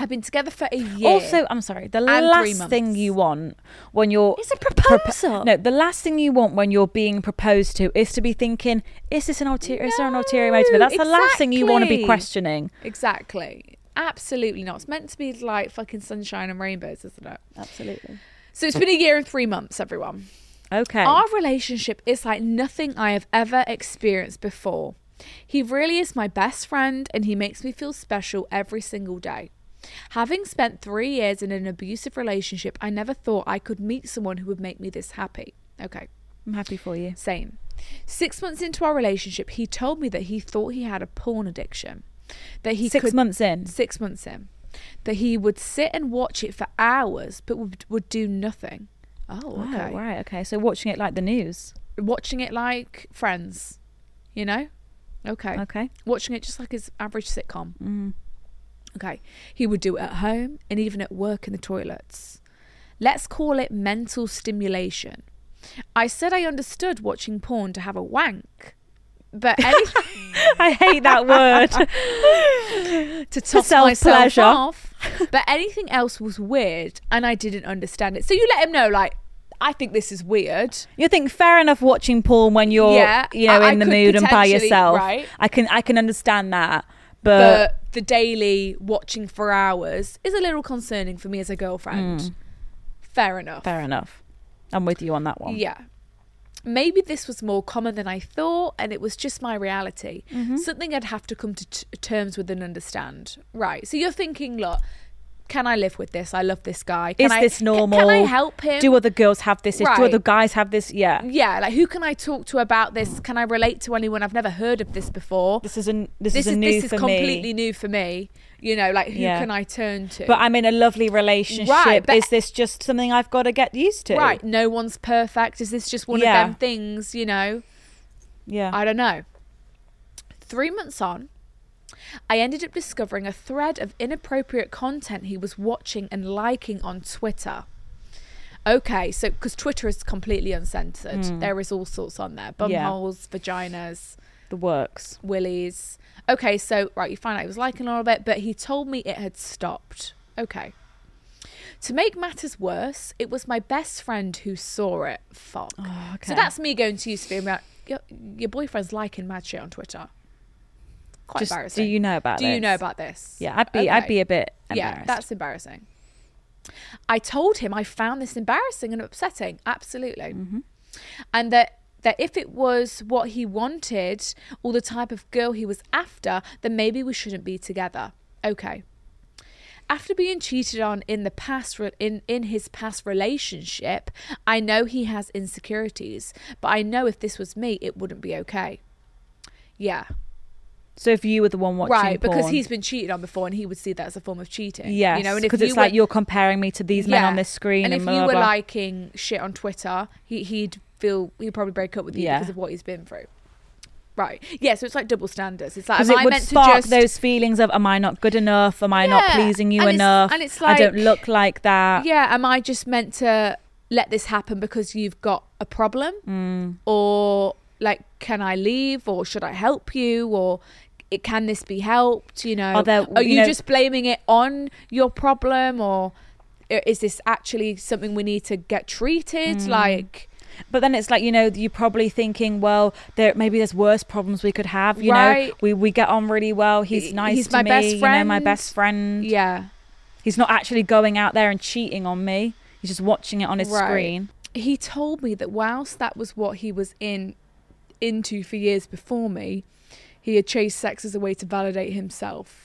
have been together for a year.
Also, I'm sorry. The
And three
last thing
months.
you want when you're
It's a
propo-
proposal.
no, the last thing you want when you're being proposed to is to be thinking, "Is this an ulterior? is there an ulterior motive?"
No,
That's the last thing you want to be
exactly.
questioning.
exactly. Absolutely not. It's meant to be like fucking sunshine and rainbows, isn't it?
Absolutely.
So it's been a year and three months, everyone.
Okay.
Our relationship is like nothing I have ever experienced before. He really is my best friend and he makes me feel special every single day. Having spent three years in an abusive relationship, I never thought I could meet someone who would make me this happy. Okay,
I'm happy for you.
same. Six months into our relationship, he told me that he thought he had a porn addiction. That he
Six
could,
months in.
Six months in. That he would sit and watch it for hours but would, would do nothing. Oh,
Wow,
okay
right. Okay. So watching it like the news.
watching it like Friends, you know? Okay.
Okay.
Watching it just like his average sitcom. Okay. He would do it at home and even at work in the toilets. Let's call it mental stimulation. I said I understood watching porn to have a wank, but anything
I hate that word.
to top
self
myself
pleasure.
off, but anything else was weird and I didn't understand it. So you let him know, like, I think this is weird.
You think fair enough watching porn when you're
Yeah,
you know
I- I
in the
could
mood and by
potentially-
yourself.
right.
I can I can understand that, but
but the daily watching for hours is a little concerning for me as a girlfriend. Fair enough.
Hmm. fair enough. I'm with you on that one.
Yeah. Maybe this was more common than I thought, and it was just my reality.
Mm-hmm.
Something I'd have to come to t- terms with and understand. Right. So you're thinking, look, can I live with this? I love this guy. Can
is
I-
this
ca-
normal?
Can I help him?
Do other girls have this? issue? Do
Right.
other guys have this? Yeah.
yeah, like who can I talk to about this? Can I relate to anyone? I've never heard of this before.
This is a this,
This
is, a
is
new
this is
for
completely
me.
new for me. You know, like who
Yeah.
can I turn to?
But I'm in a lovely relationship.
Right, but-
is this just something I've got to get used to?
Right. No one's perfect. Is this just one
Yeah.
of them things, you know?
Yeah.
I don't know. Three months on, I ended up discovering a thread of inappropriate content he was watching and liking on Twitter. Okay, so because Twitter is completely uncensored, there is all sorts on there bum
Hmm. Yeah.
holes, vaginas,
The works.
Willie's. Okay, so right, you find out he was liking Laura a bit, but he told me it had stopped. Okay. To make matters worse, it was my best friend who saw it. Fuck.
Oh, okay.
So that's me going to you, Sophia, and be like, your, your boyfriend's liking mad shit on Twitter. Quite
Just,
embarrassing.
do you know about
Do you
this?
know about this?
Yeah, I'd be I'd
Okay.
be a bit embarrassed.
Yeah, that's embarrassing. I told him I found this embarrassing and upsetting, absolutely,
Mm-hmm.
and that that if it was what he wanted or the type of girl he was after, then maybe we shouldn't be together. Okay. After being cheated on in the past re- in in his past relationship, I know he has insecurities, but I know if this was me, it wouldn't be okay. Yeah.
so if you were the one watching
Right, because
porn-
he's been cheated on before, and he would see that as a form of cheating.
Yes,
you know, and if
because
you
it's like
were-
you're comparing me to these men on
Yeah.
this screen, and,
and if
blah,
you
blah,
were
blah.
liking shit on Twitter, he, he'd feel he'd probably break up with you
Yeah.
because of what he's been through. Right, yeah. So it's like double standards. It's like
because
am
it
I
would
meant
spark
to just
those feelings of am I not good enough? Am I not
Yeah,
pleasing you
and it's-
enough?
and it's
I don't
like-
look like that.
yeah? Am I just meant to let this happen because you've got a problem,
Mm.
or like can I leave, or should I help you, or it, can this be helped? You know,
Are there-
are
you
you
know-
just blaming it on your problem, or i- is this actually something we need to get treated?
Mm.
Like.
But then it's like you know you're probably thinking, well, there maybe there's worse problems we could have. You
Right.
know, we we get on really well. He's
He-
nice
he's
to
my
me.
best
you know, my
friend.
best friend.
Yeah.
He's not actually going out there and cheating on me. He's just watching it on his
Right.
screen.
He told me that whilst that was what he was in into for years before me, he had chased sex as a way to validate himself.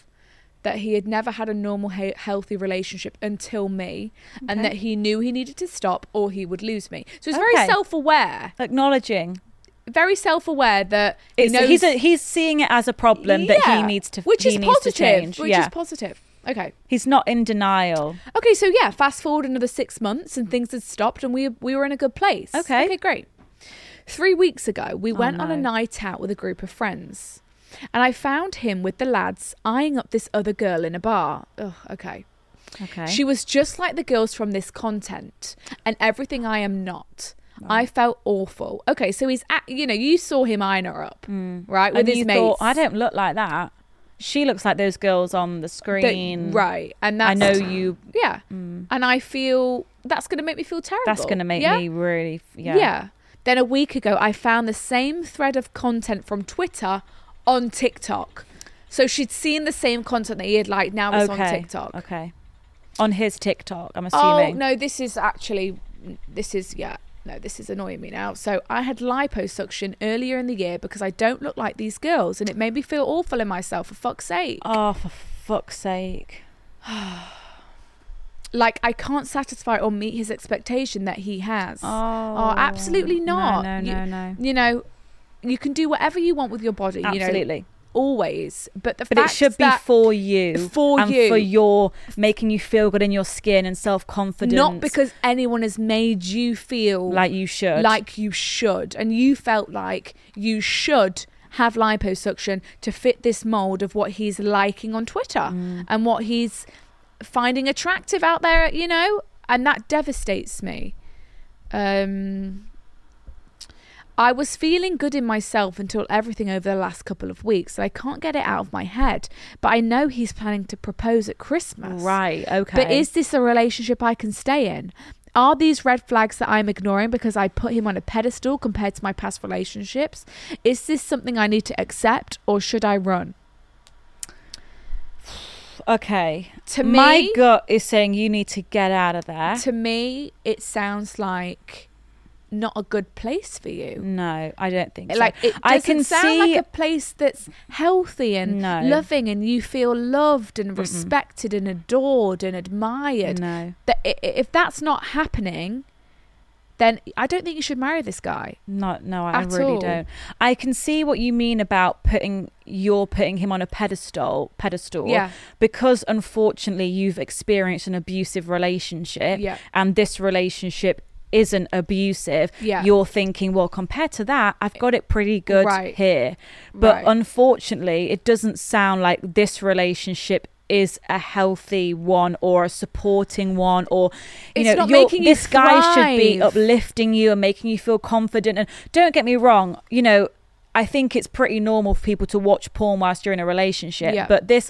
That he had never had a normal, he- healthy relationship until me, and that he knew he needed to stop or he would lose me. So he's
Okay.
very self-aware,
Acknowledging,
very self-aware that he
it's,
knows
he's a, he's seeing it as a problem that he
Yeah.
needs to
which
he
is
needs
positive,
to change.
which
yeah,
is positive. Okay,
he's not in denial.
Okay, so yeah, fast forward another six months and things had stopped and we we were in a good place.
Okay. Oh,
Okay, great. Three weeks ago, we went on a
no.
night out with a group of friends. And I found him with the lads eyeing up this other girl in a bar. Ugh, okay.
Okay,
She was just like the girls from this content and everything I am not. I felt awful. Okay, so he's at, you know, you saw him eyeing her up, right? With
Hmm. and
his
you
mates.
thought, I don't look like that. She looks like those girls on the
That-
screen.
right. And that's
I know you. Hmm.
Yeah. And I feel that's going to make me feel terrible.
That's going to make
yeah?
me really. f- Yeah.
Yeah. Then a week ago, I found the same thread of content from Twitter on TikTok. So she'd seen the same content that he had like now it's
okay.
on TikTok.
Okay. On his TikTok, I'm
Oh
assuming.
no, this is actually this is yeah. No, this is annoying me now. So I had liposuction earlier in the year because I don't look like these girls, and it made me feel awful in myself. For fuck's sake!
Oh, for fuck's sake.
Like I can't satisfy or meet his expectation that he has.
Oh.
absolutely
No,
not.
no,
You-
no, no.
You know, you can do whatever you want with your body. You know,
Absolutely.
always. But the
but it
fact
should be
that
for you.
for
and
you.
For your making you feel good in your skin and self confidence.
not because anyone has made you feel
Like you should.
like you should, and you felt like you should have liposuction to fit this mold of what he's liking on Twitter
Mm.
and what he's finding attractive out there. You know, and that devastates me. Um. I was feeling good in myself until everything over the last couple of weeks, and I can't get it out of my head. But I know he's planning to propose at Christmas.
Right. Okay.
But is this a relationship I can stay in? Are these red flags that I'm ignoring because I put him on a pedestal compared to my past relationships? Is this something I need to accept or should I run?
Okay.
To
My
me-
gut is saying you need to get out of there.
To me, it sounds like not a good place for you.
no, I don't think so.
Like it doesn't
I can
sound
see
like a place that's healthy and
No.
loving, and you feel loved and respected and adored and admired.
No.
That i- i- if that's not happening, then I don't think you should marry this guy.
No, no, I
At
really
all.
don't. I can see what you mean about putting you're putting him on a pedestal, pedestal.
Yeah.
Because unfortunately, you've experienced an abusive relationship.
Yeah.
And this relationship isn't abusive.
Yeah.
You're thinking, well, compared to that, I've got it pretty good
Right.
here. But
Right.
unfortunately, it doesn't sound like this relationship is a healthy one or a supporting one or you
It's
know
not
you're-
making you
this guy should be
thrive.
uplifting lifting you and making you feel confident. And don't get me wrong, you know, I think it's pretty normal for people to watch porn whilst you're in a relationship,
Yeah.
but this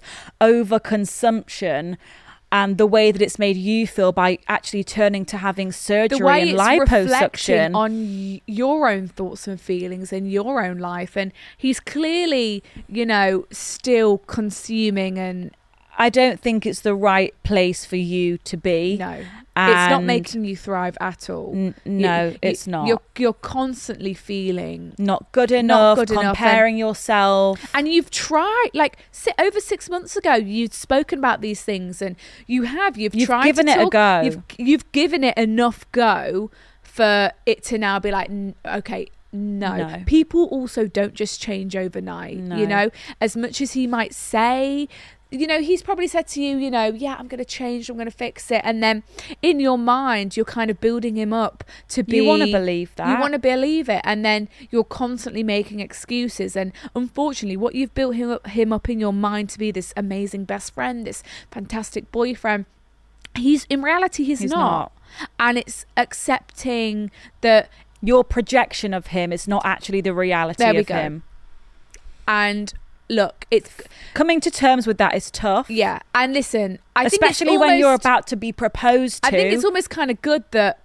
overconsumption and the way that it's made you feel by actually turning to having surgery
the way
and
it's
liposuction.
reflecting on y- your own thoughts and feelings and your own life and he's clearly you know still consuming and
I don't think it's the right place for you to be.
no it's not
And-
making you thrive at all
N- no, it's not.
you're, you're constantly feeling
Not good enough,
good enough and-
comparing yourself.
and you've tried like si over six months ago you'd spoken about these things and you have you've,
You've
tried
given
to
it a
talk-
go.
you've, you've given it enough go for it to now be like "N- okay no.
No.
people also don't just change overnight
No.
you know as much as he might say you know he's probably said to you you know yeah i'm going to change i'm going to fix it and then in your mind you're kind of building him up to be
You wanna believe
you
that.
want to believe it and then you're constantly making excuses and unfortunately what you've built him up, him up in your mind to be this amazing best friend this fantastic boyfriend he's in reality he's,
He's
not. and it's accepting that
Your projection of him is not actually the reality
There we
of
go.
him.
and look it's
Coming to terms with that is tough.
yeah and listen i
Especially
think it's
when you're
almost-
about to be proposed to.
i think it's almost kind of good that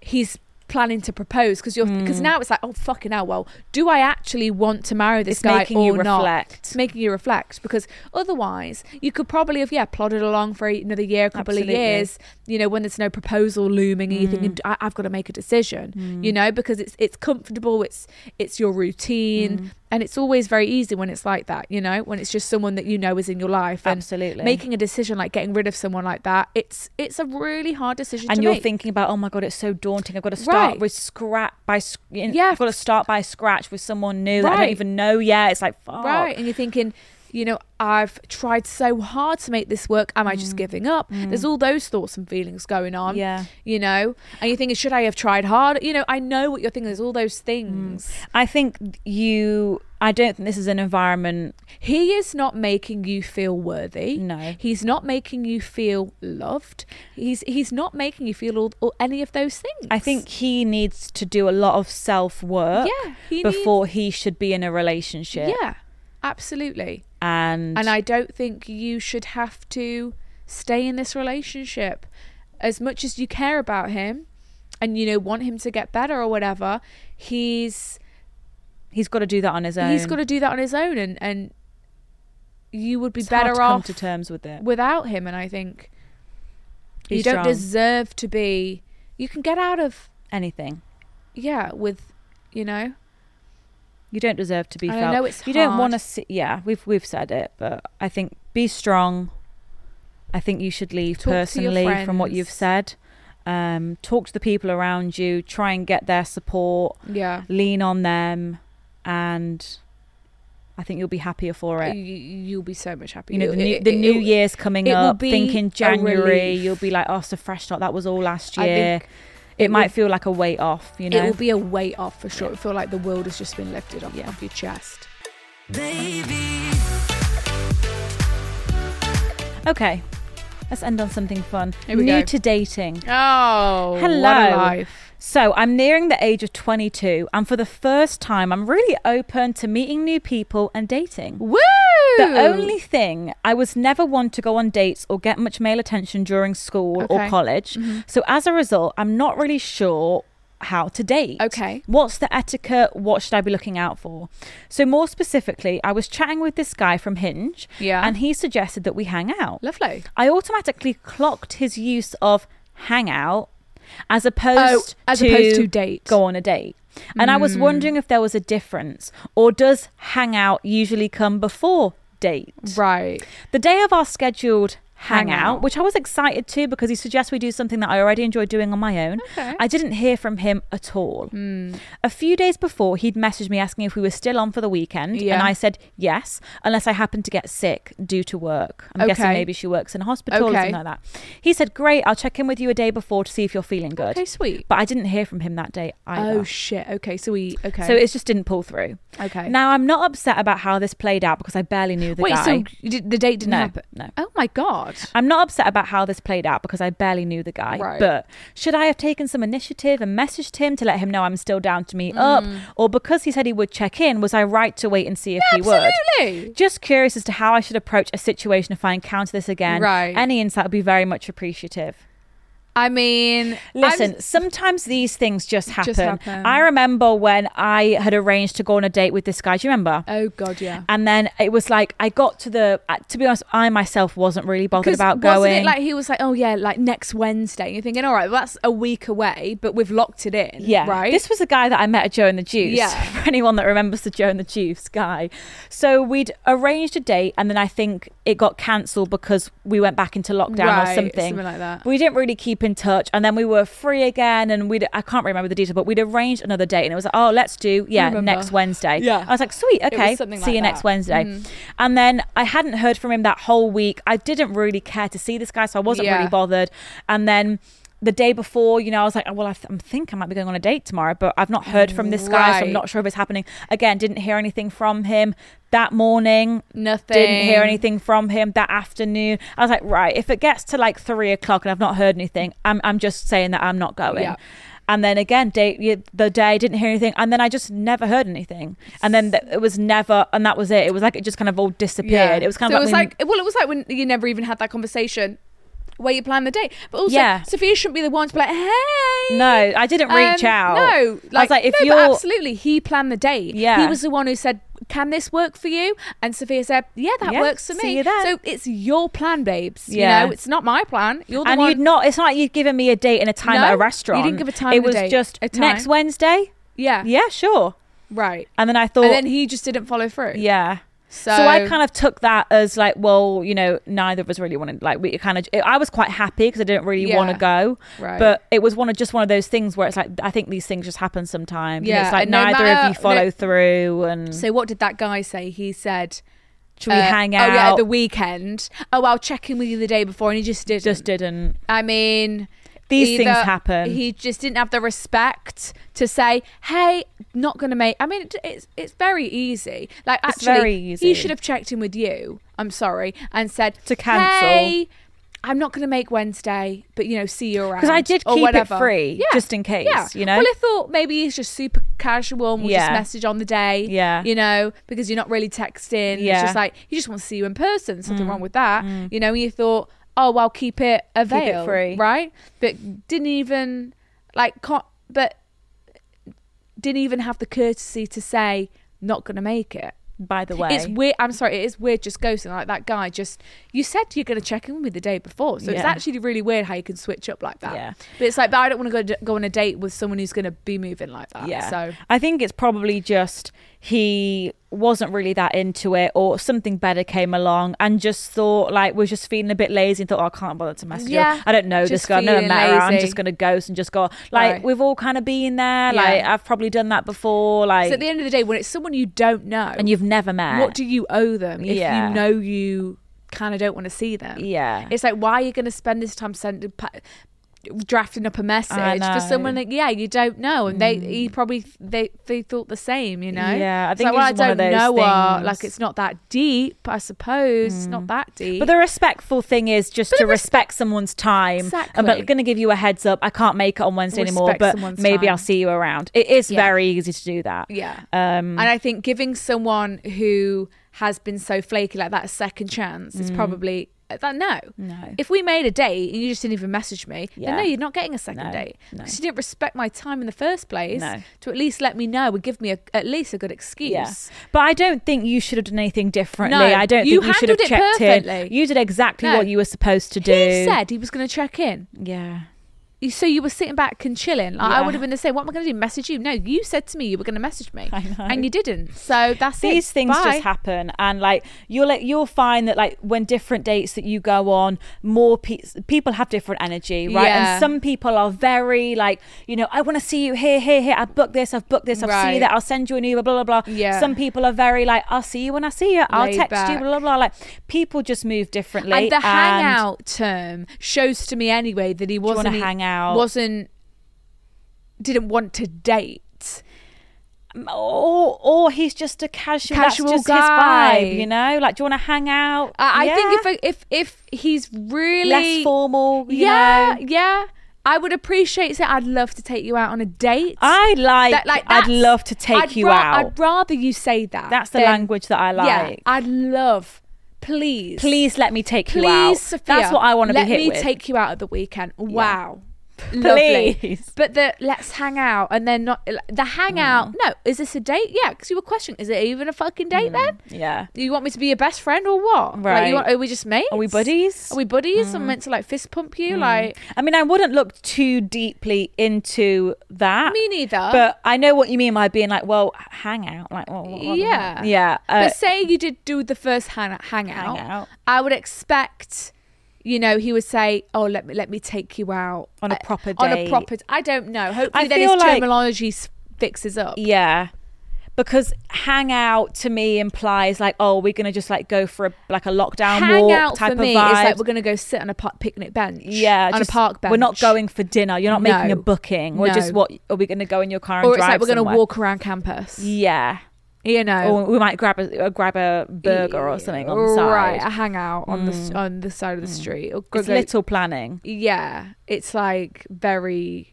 he's planning to propose because you're
Hmm.
because now it's like oh fucking hell well do i actually want to marry this
It's
guy
making
or
you
not
reflect.
it's making you reflect because otherwise you could probably have yeah plodded along for another year a couple
Absolutely. Hmm.
of years you know when there's no proposal looming and you're thinking I- i've got to make a decision you know because it's it's comfortable it's it's your routine
Hmm.
and it's always very easy when it's like that you know when it's just someone that you know is in your life and
Absolutely.
making a decision like getting rid of someone like that it's it's a really hard decision
and
to
you're
make.
thinking about, oh my god, it's so daunting. I've got to start
Right.
with scrap by sc- yeah.
Yeah.
I've got to start by scratch with someone new that I don't
Right.
even know yet. It's like fuck.
Right. And you're thinking, you know, I've tried so hard to make this work. Am I just giving up? There's all those thoughts and feelings going on.
Mm. Yeah.
You know, and you're thinking, should I have tried harder? You know, I know what you're thinking. There's all those things.
I think you. I don't think this is an environment.
He is not making you feel worthy.
No.
He's not making you feel loved. He's he's not making you feel all, all, any of those things.
I think he needs to do a lot of self work
Yeah, he
before he should be in a relationship.
Yeah. Absolutely.
and,
And I don't think you should have to stay in this relationship. As much as you care about him and you know want him to get better or whatever, he's
he's got to do that on his own.
he's got to do that on his own and and you would be
It's hard
better
to come
off
to terms with it.
without him and I think
Be
you don't
strong.
deserve to be you can get out of
Anything.
yeah with you know
You don't deserve to be
And I
felt.
know it's
you don't want to
hard.
see. Yeah, we've we've said it, but I think be strong. I think you should leave
Talk to your
personally from what you've
friends.
said. Um, talk to the people around you. Try and get their support.
yeah
Lean on them, and I think you'll be happier for
you,
it.
you'll be so much happier
You know, the
It-
new,
it-
the
it-
new
it-
year's coming
it will
up.
be
Thinking
a
January,
relief.
you'll be like, oh, it's a fresh start. That was all last
I
year.
think
It,
it
might
will-
feel like a weight off. You know,
It will be a weight off for sure. It feel like the world has just been lifted off, off your chest.
Baby,
okay. Let's end on something fun.
Here we
new
go.
to dating.
Oh,
Hello. So I'm nearing the age of 22, and for the first time, I'm really open to meeting new people and dating.
Woo!
The only thing I was never one to go on dates or get much male attention during school or
Okay. Mm-hmm.
college. So as a result, I'm not really sure how to date.
Okay.
What's the etiquette? What should I be looking out for? So more specifically, I was chatting with this guy from Hinge,
Yeah.
and he suggested that we hang out.
lovely.
I automatically clocked his use of hang out as opposed,
Oh, as
to,
opposed to date. Hmm.
Go on a date. And I was wondering if there was a difference or does hang out usually come before date?
Right.
The day of our scheduled hangout,
Hangout.
which I was excited to because he suggests we do something that I already enjoy doing on my own,
Okay. Hmm.
I didn't hear from him at all. A few days before, he'd messaged me asking if we were still on for the weekend, and
Yeah.
I said yes, unless I happened to get sick due to work. I'm guessing
Okay.
maybe she works in a hospital or
Okay.
something like that. He said, "Great, I'll check in with you a day before to see if you're feeling good."
Okay, sweet.
But I didn't hear from him that day either.
Oh shit. Okay, so we okay.
So it just didn't pull through.
Okay.
Now I'm not upset about how this played out because I barely knew the
Wait,
guy.
so you did- the date didn't
No,
happen?
no.
Oh my god.
I'm not upset about how this played out because I barely knew the guy.
Right.
But should I have taken some initiative and messaged him to let him know I'm still down to meet up?
Mm.
Or because he said he would check in, was I right to wait and see if he would?
Absolutely.
Just curious as to how I should approach a situation if I encounter this again.
Right.
Any insight would be very much appreciative.
I mean,
Listen,
I'm-
sometimes these things just happen.
Just happen.
I remember when I had arranged to go on a date with this guy. Do you remember?
oh god, yeah.
and then it was like I got to the. uh, To be honest, I myself wasn't really bothered
'Cause
about
wasn't
going.
it like he was like, oh yeah, like next Wednesday? And you're thinking, all right, well, that's a week away, but we've locked it in.
Yeah.
Right.
This was a guy that I met at Joe and the Juice.
Yeah.
For anyone that remembers the Joe and the Juice guy. So we'd arranged a date and then I think it got cancelled because we went back into lockdown or
Right,
something.
something like that.
We didn't really keep in touch and then we were free again and we'd I can't remember the detail, but we'd arranged another date and it was like, Oh, let's do yeah,
remember.
next Wednesday.
Yeah.
I was like, sweet,
was
okay. See
something
you
like
next
that.
Wednesday.
Mm.
And then I hadn't heard from him that whole week. I didn't really care to see this guy, so I wasn't
Yeah.
really bothered. And then the day before, you know, I was like, oh, well, I, th- I think I might be going on a date tomorrow, but I've not heard from this guy, so I'm
Right.
not sure if it's happening. Again, didn't hear anything from him that morning.
Nothing.
Didn't hear anything from him that afternoon. I was like, right, if it gets to like three o'clock and I've not heard anything, I'm, I'm just saying that I'm not going.
Yeah.
And then again, day, y- the day didn't hear anything, and then I just never heard anything. And then th- it was never, and that was it. It was like it just kind of all disappeared. It was kind
So
of
it was
when-
like well, it was like when you never even had that conversation where you plan the date. But also,
Yeah.
Sophia shouldn't be the one to be like, hey.
No, I didn't reach
um,
out.
No, like,
I was like, if
no,
you're
but absolutely, he planned the date.
Yeah.
he was the one who said, "Can this work for you?" And Sophia said, "Yeah, that
Yeah,
works for
see
me."
you then.
So it's your plan, babes.
Yeah.
you know, it's not my plan. You're the
and
one.
you'd not. It's not like you'd given me a date and a time
No,
at a
you
restaurant.
didn't give a time
It
and a
was
date,
just
a time.
next Wednesday.
yeah,
Yeah, sure.
right.
And then I thought,
and then he just didn't follow through.
yeah.
So,
So, I kind of took that as like, well, you know, neither of us really wanted. Like, we kind of. I was quite happy because I didn't really
Yeah.
want to go.
Right.
But it was one of just one of those things where it's like I think these things just happen sometimes. You know,
Yeah,
it's like
and no
neither
matter-
of you follow
no-
through, and
So what did that guy say? He said,
should we
uh,
hang out?
Oh yeah, at the weekend. Oh, I'll check in with you the day before, and he just didn't.
just didn't.
I mean,
These things
either
happen.
He just didn't have the respect to say, "Hey, not gonna make." I mean, it- it's it's very easy. Like
It's
actually,
very easy.
he should have checked in with you. I'm sorry, and said
To cancel.
Hey, I'm not gonna make Wednesday, but you know, see you around.
Because I did
or
keep it
whatever.
free, just in case, you know?
Well, I thought maybe he's just super casual and we'll
Yeah.
just message on the day.
Yeah.
you know, because you're not really texting.
Yeah. Mm.
it's just like he just wants to see you in person. Something wrong with that, you know? And you thought. Oh well, keep it a
Keep it
veil,
free.
right? But didn't even like, can't, but didn't even have the courtesy to say not gonna make it.
By the way,
It's weird. I'm sorry, it is weird just ghosting like that guy. Just you said you're gonna check in with me the day before, so it's
Yeah.
actually really weird how you can switch up like that.
Yeah.
But it's like, but I don't want to go go on a date with someone who's gonna be moving like that. Yeah. So
I think it's probably just he wasn't really that into it, or something better came along and just thought like was just feeling a bit lazy and thought, oh, I can't bother to message. her.
Yeah,
I don't know this
just
girl. I've never
feeling
met her. I'm
lazy.
just gonna ghost and just go. Like
Right.
we've all kind of been there.
Yeah.
Like I've probably done that before. Like
so at the end of the day, when it's someone you don't know
and you've never met.
what do you owe them if
Yeah.
you know you kind of don't want to see them?
Yeah.
It's like, why are you going to spend this time sending, pa- drafting up a message
know. Mm.
for someone that, yeah, you don't know? And they, he probably, they, they thought the same, you know?
Yeah, I
It's
think
like, well,
it's one of
don't
those
know her.
things. Mm.
Like, it's not that deep, I suppose. It's not that deep.
But the respectful thing is just
But
to
the res-
respect someone's time. I'm
Exactly.
going to give you a heads up. I can't make it on Wednesday anymore,
Respect
but
someone's
maybe
time.
I'll see you around. It is
Yeah.
very easy to do that.
yeah.
Um,
and I think giving someone who has been so flaky like that a second chance is probably uh, that no.
Mm. No.
If we made a date and you just didn't even message me,
Yeah.
then no, you're not getting a second
No,
date
no.
because you didn't respect my time in the first place
No.
to at least let me know and give me a, at least a good excuse.
Yeah. But I don't think you should have done anything differently.
No,
I don't
you
think you should have
handled it
checked in.
perfectly.
You did exactly
No.
what you were supposed to do.
He said he was going to check in.
yeah.
You- So you were sitting back and chilling. Like, I
Yeah.
would have been the same. What am I going to do? Message you? No, you said to me you were going to message me,
I know.
and you didn't. So that's it.
These things
Bye.
just happen, and like you'll like, you'll find that like when different dates that you go on, more pe- people have different energy, right?
Yeah.
And some people are very like, you know, I want to see you here, here, here. I've booked this, I've booked this, I've seen you
Right.
there. I'll send you an Uber, blah blah blah.
Yeah.
Some people are very like, I'll see you when I see you. I'll
Laid
text you,
back.
blah blah blah. Like people just move differently.
And the hangout term shows to me anyway that he
wanna
wasn't
hang out?
wasn't didn't want to date.
or or he's just a casual,
Casual
that's just
guy.
his vibe, you know. Like, do you want to hang out?
I, I
Yeah.
think if if if he's really
less formal, you
yeah,
know.
yeah, I would appreciate it. I'd love to take you out on a date.
I like.
That- like,
I'd
that's-
love to take
I'd
you
ra-
out.
I'd rather you say that.
That's the
than-
language that I like.
Yeah, I'd love. Please,
Please let me take you out.
please, Sophia.
That's what I want to be
Let
hit
me
with.
take you out at the weekend. Wow. Lovely.
Please.
But the let's hang out and then not the
Mm.
hangout. No, is this a date? Yeah, because you were questioning, is it even a fucking date then?
yeah.
Do you want me to be your best friend or what? Like,
Mm. Right.
you want, are we just mates?
Are we buddies? Mm.
Are we buddies? I'm meant to like fist pump you. Like,
I mean, I wouldn't look too deeply into that.
Me neither.
But I know what you mean by being like, well, hang out. Like, what, what- what-
Yeah.
Yeah. Uh,
but say you did do the first hang- hangout,
Hangout.
I would expect, you know, he would say, "Oh, let me let me take you out
On a
Uh,
proper
on a
date.
proper." I don't know. Hopefully, then
feel
his
like-
terminology s- fixes up.
yeah. Because hang out to me implies like, oh, we're going to just like go for a, like a lockdown
Hang
walk
out
type
for
of
me
vibe.
is like we're gonna go sit on a park picnic bench.
yeah,
on
just-
a park bench.
We're not going for dinner. You're not making a
No.
booking. We're just
No.
what are we going to go in your car and
Or it's
drive
like we're
somewhere?
gonna walk around campus.
Yeah,
You
or
know,
we might grab a uh, grab a burger or something on the side. Mm.
Right, a hangout on the s- on the side of the street. Or go-
It's
go-
little planning,
Yeah, it's like very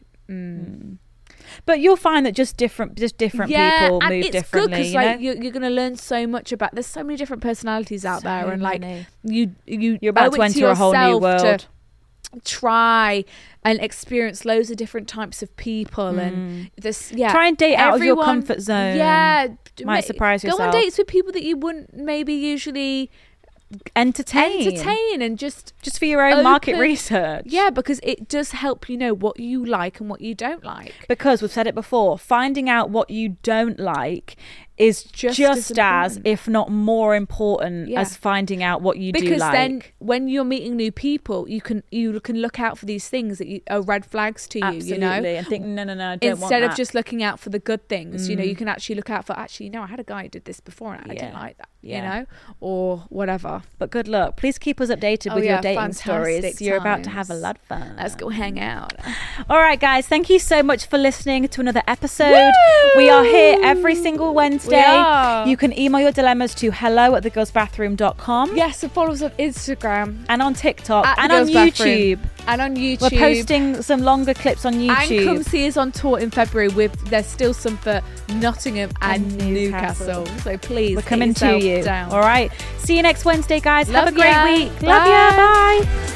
but you'll find that just different just different people move differently.
because
you know?
like you're, you're going to learn so much about. There's so many different personalities out there, and like
many.
you you
You're about
owe
to
it
enter a whole new
yourself
world.
To try and experience loads of different types of people, and this yeah.
Mm. Try and date out of your
everyone-
comfort zone.
Yeah, d-
Might surprise
Go on
yourself.
dates with people that you wouldn't maybe usually
entertain,
entertain, and just
just for your own market
open-
research.
Yeah, because it does help you know what you like and what you don't like.
Because we've said it before, finding out what you don't like is just,
Just as
as,
important.
if not more important,
Yeah.
as finding out what you do
because
like.
then when you're meeting new people you can you can look out for these things that you, are red flags to you
Absolutely,
you know
and think no, no, no. I don't want
instead of
that." Mm.
just looking out for the good things you know you can actually look out for actually no i had a guy who did this before and i didn't
Yeah.
like that
Yeah.
you know or whatever
But good luck. Please keep us updated
Oh,
with your
yeah,
dating
fantastic
stories. You're about to have a
times.
lot of fun. Mm.
let's go hang out
All right, guys. Thank you so much for listening to another episode. We are here every single Wednesday.
are.
You can email your dilemmas to hello at thegirlsbathroom.com
yes and follow us on instagram
and on TikTok
at The
and on
Girls Bathroom,
YouTube.
and on youtube
We're posting some longer clips on
and
YouTube.
come see us on tour in February with there's still some for Nottingham
And
and,
Newcastle.
Newcastle. So please
We're
get
coming to
yourself
you.
Down.
All right. See you next Wednesday, guys.
Love
Have a great
ya.
week. Love ya.
Bye.
Bye.